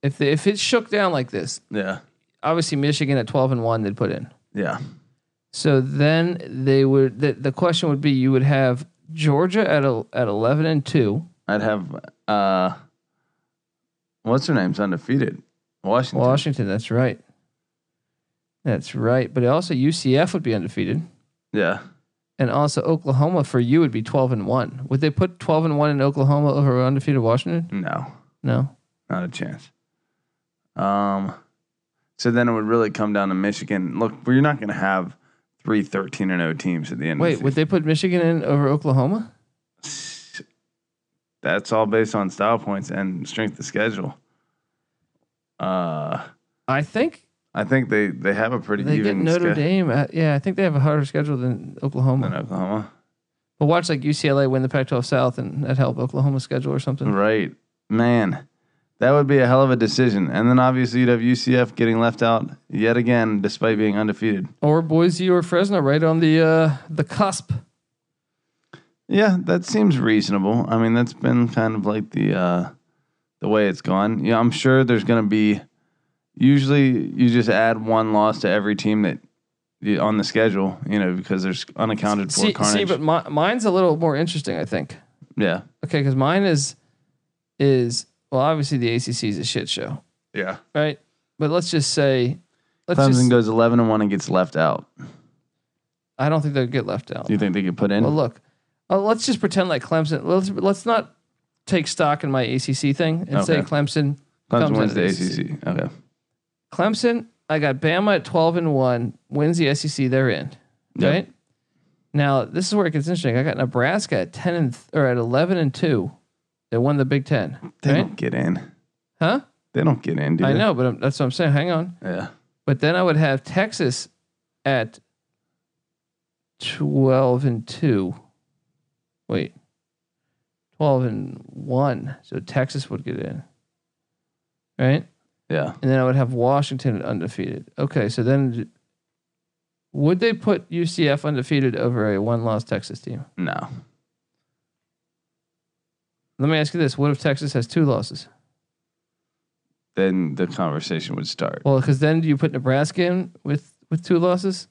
If the, if it shook down like this,
Yeah.
obviously Michigan at twelve and one, they'd put in.
Yeah.
So then they would. The, the question would be: you would have Georgia at a, at eleven and two.
I'd have uh, what's her name's undefeated, Washington.
Washington. That's right. That's right. But also UCF would be undefeated.
yeah,
and also Oklahoma for you would be 12 and 1. Would they put 12 and 1 in Oklahoma over undefeated Washington?
no,
No.
not a chance. Um, so then it would really come down to Michigan. Look, you're not going to have three 13 and 0 teams at the end.
Wait,
of the
would they put Michigan in over Oklahoma?
season. that's all based on style points and strength of schedule. Uh,
I think
I think they they have a pretty
they get
even
Notre
ske-
Dame. At, yeah, I think they have a harder schedule than Oklahoma.
than Oklahoma.
But watch like UCLA win the Pac-12 South and that help Oklahoma schedule or something.
Right. Man, that would be a hell of a decision. And then obviously you'd have UCF getting left out yet again despite being undefeated.
Or Boise or Fresno right on the uh the cusp.
Yeah, that seems reasonable. I mean, that's been kind of like the uh the way it's gone. Yeah, I'm sure there's going to be usually you just add one loss to every team that you, on the schedule, you know, because there's unaccounted for
See, see
carnage.
but mi- mine's a little more interesting, I think.
yeah.
Okay, cuz mine is is well obviously the ACC is a shit show,
Yeah.
right? But let's just say let's
Clemson
just,
goes 11 and 1 and gets left out.
I don't think they'll get left out.
Do you think they could put in?
Well, look, uh, let's just pretend like Clemson. Let's let's not take stock in my ACC thing and say
Okay.
Clemson. comes out
Clemson wins
of
the
ACC.
ACC. Okay.
Clemson. I got Bama at twelve and one. Wins the SEC. They're in.
Yep.
Right. Now this is where it gets interesting. I got Nebraska at ten and th- or at eleven and two. They won the Big Ten.
They
right?
don't get in.
Huh?
They don't get in, do
I
they?
know, but I'm, that's what I'm saying. Hang on.
Yeah.
But then I would have Texas at 12 and 2. Wait. 12 and 1. So Texas would get in. Right?
Yeah.
And then I would have Washington undefeated. Okay, so then would they put UCF undefeated over a one-loss Texas team?
No.
Let me ask you this, what if Texas has two losses?
Then the conversation would start.
Well, cuz then do you put Nebraska in with with two losses?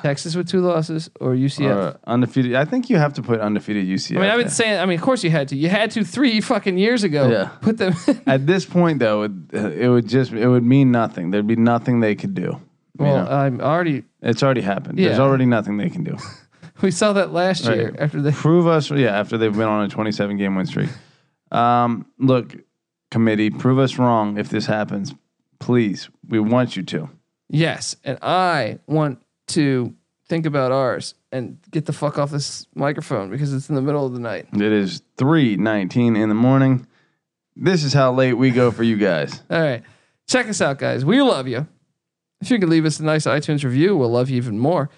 Texas with two losses or UCF?
Or undefeated. I think you have to put undefeated
I
UCF.
mean, I've
in.
been saying. I mean, of course you had to. You had to three fucking years ago.
Yeah.
Put them.
<laughs> At this point, though, it, it would just it would mean nothing. There'd be nothing they could do.
well,
know.
I'm already.
It's already happened. There's
Yeah.
already nothing they can do.
We saw that last
Right.
year after the.
Prove us, yeah. After they've been on a 27 game win streak. Um, look, committee, prove us wrong if this happens, please. We want you to.
Yes, and I want to think about ours and get the fuck off this microphone because it's in the middle of the night.
It is 3:19 in the morning. This is how late we go for you guys.
All right. Check us out, guys. We love you. If you could leave us a nice iTunes review, we'll love you even more.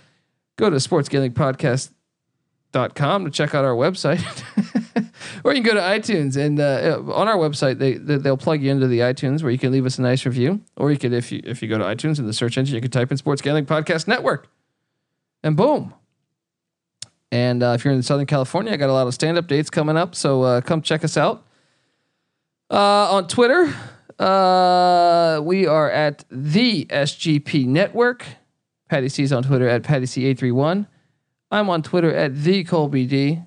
Go to sportsgamblingpodcast.com to check out our website. <laughs> Or you can go to iTunes and uh, on our website they, they they'll plug you into the iTunes where you can leave us a nice review. Or you could if you if you go to iTunes in the search engine you can type in Sports Gambling Podcast Network, and boom. And uh, if you're in Southern California, I got a lot of stand up dates coming up, so uh, come check us out. Uh, on Twitter, uh, we are at the SGP Network. Patty C's on Twitter at Patty C831. I'm on Twitter at the Colby D.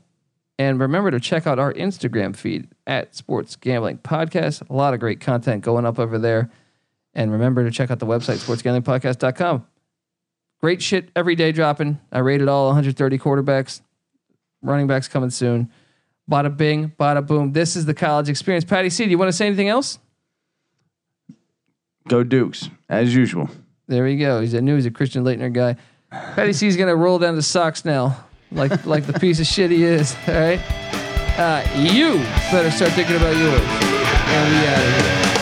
And remember to check out our Instagram feed at Sports Gambling Podcast. A lot of great content going up over there. And remember to check out the website, sportsgamblingpodcast.com. Great shit every day dropping. I rated all 130 quarterbacks. Running backs coming soon. Bada bing, bada boom. This is the college experience. Patty C, do you want to say anything else?
Go Dukes, as usual.
There you go. He's I knew he's a Christian Leitner guy. Patty C's gonna roll down the socks now, like <laughs> like the piece of shit he is. All right. Uh, you better start thinking about yours. And we out of here.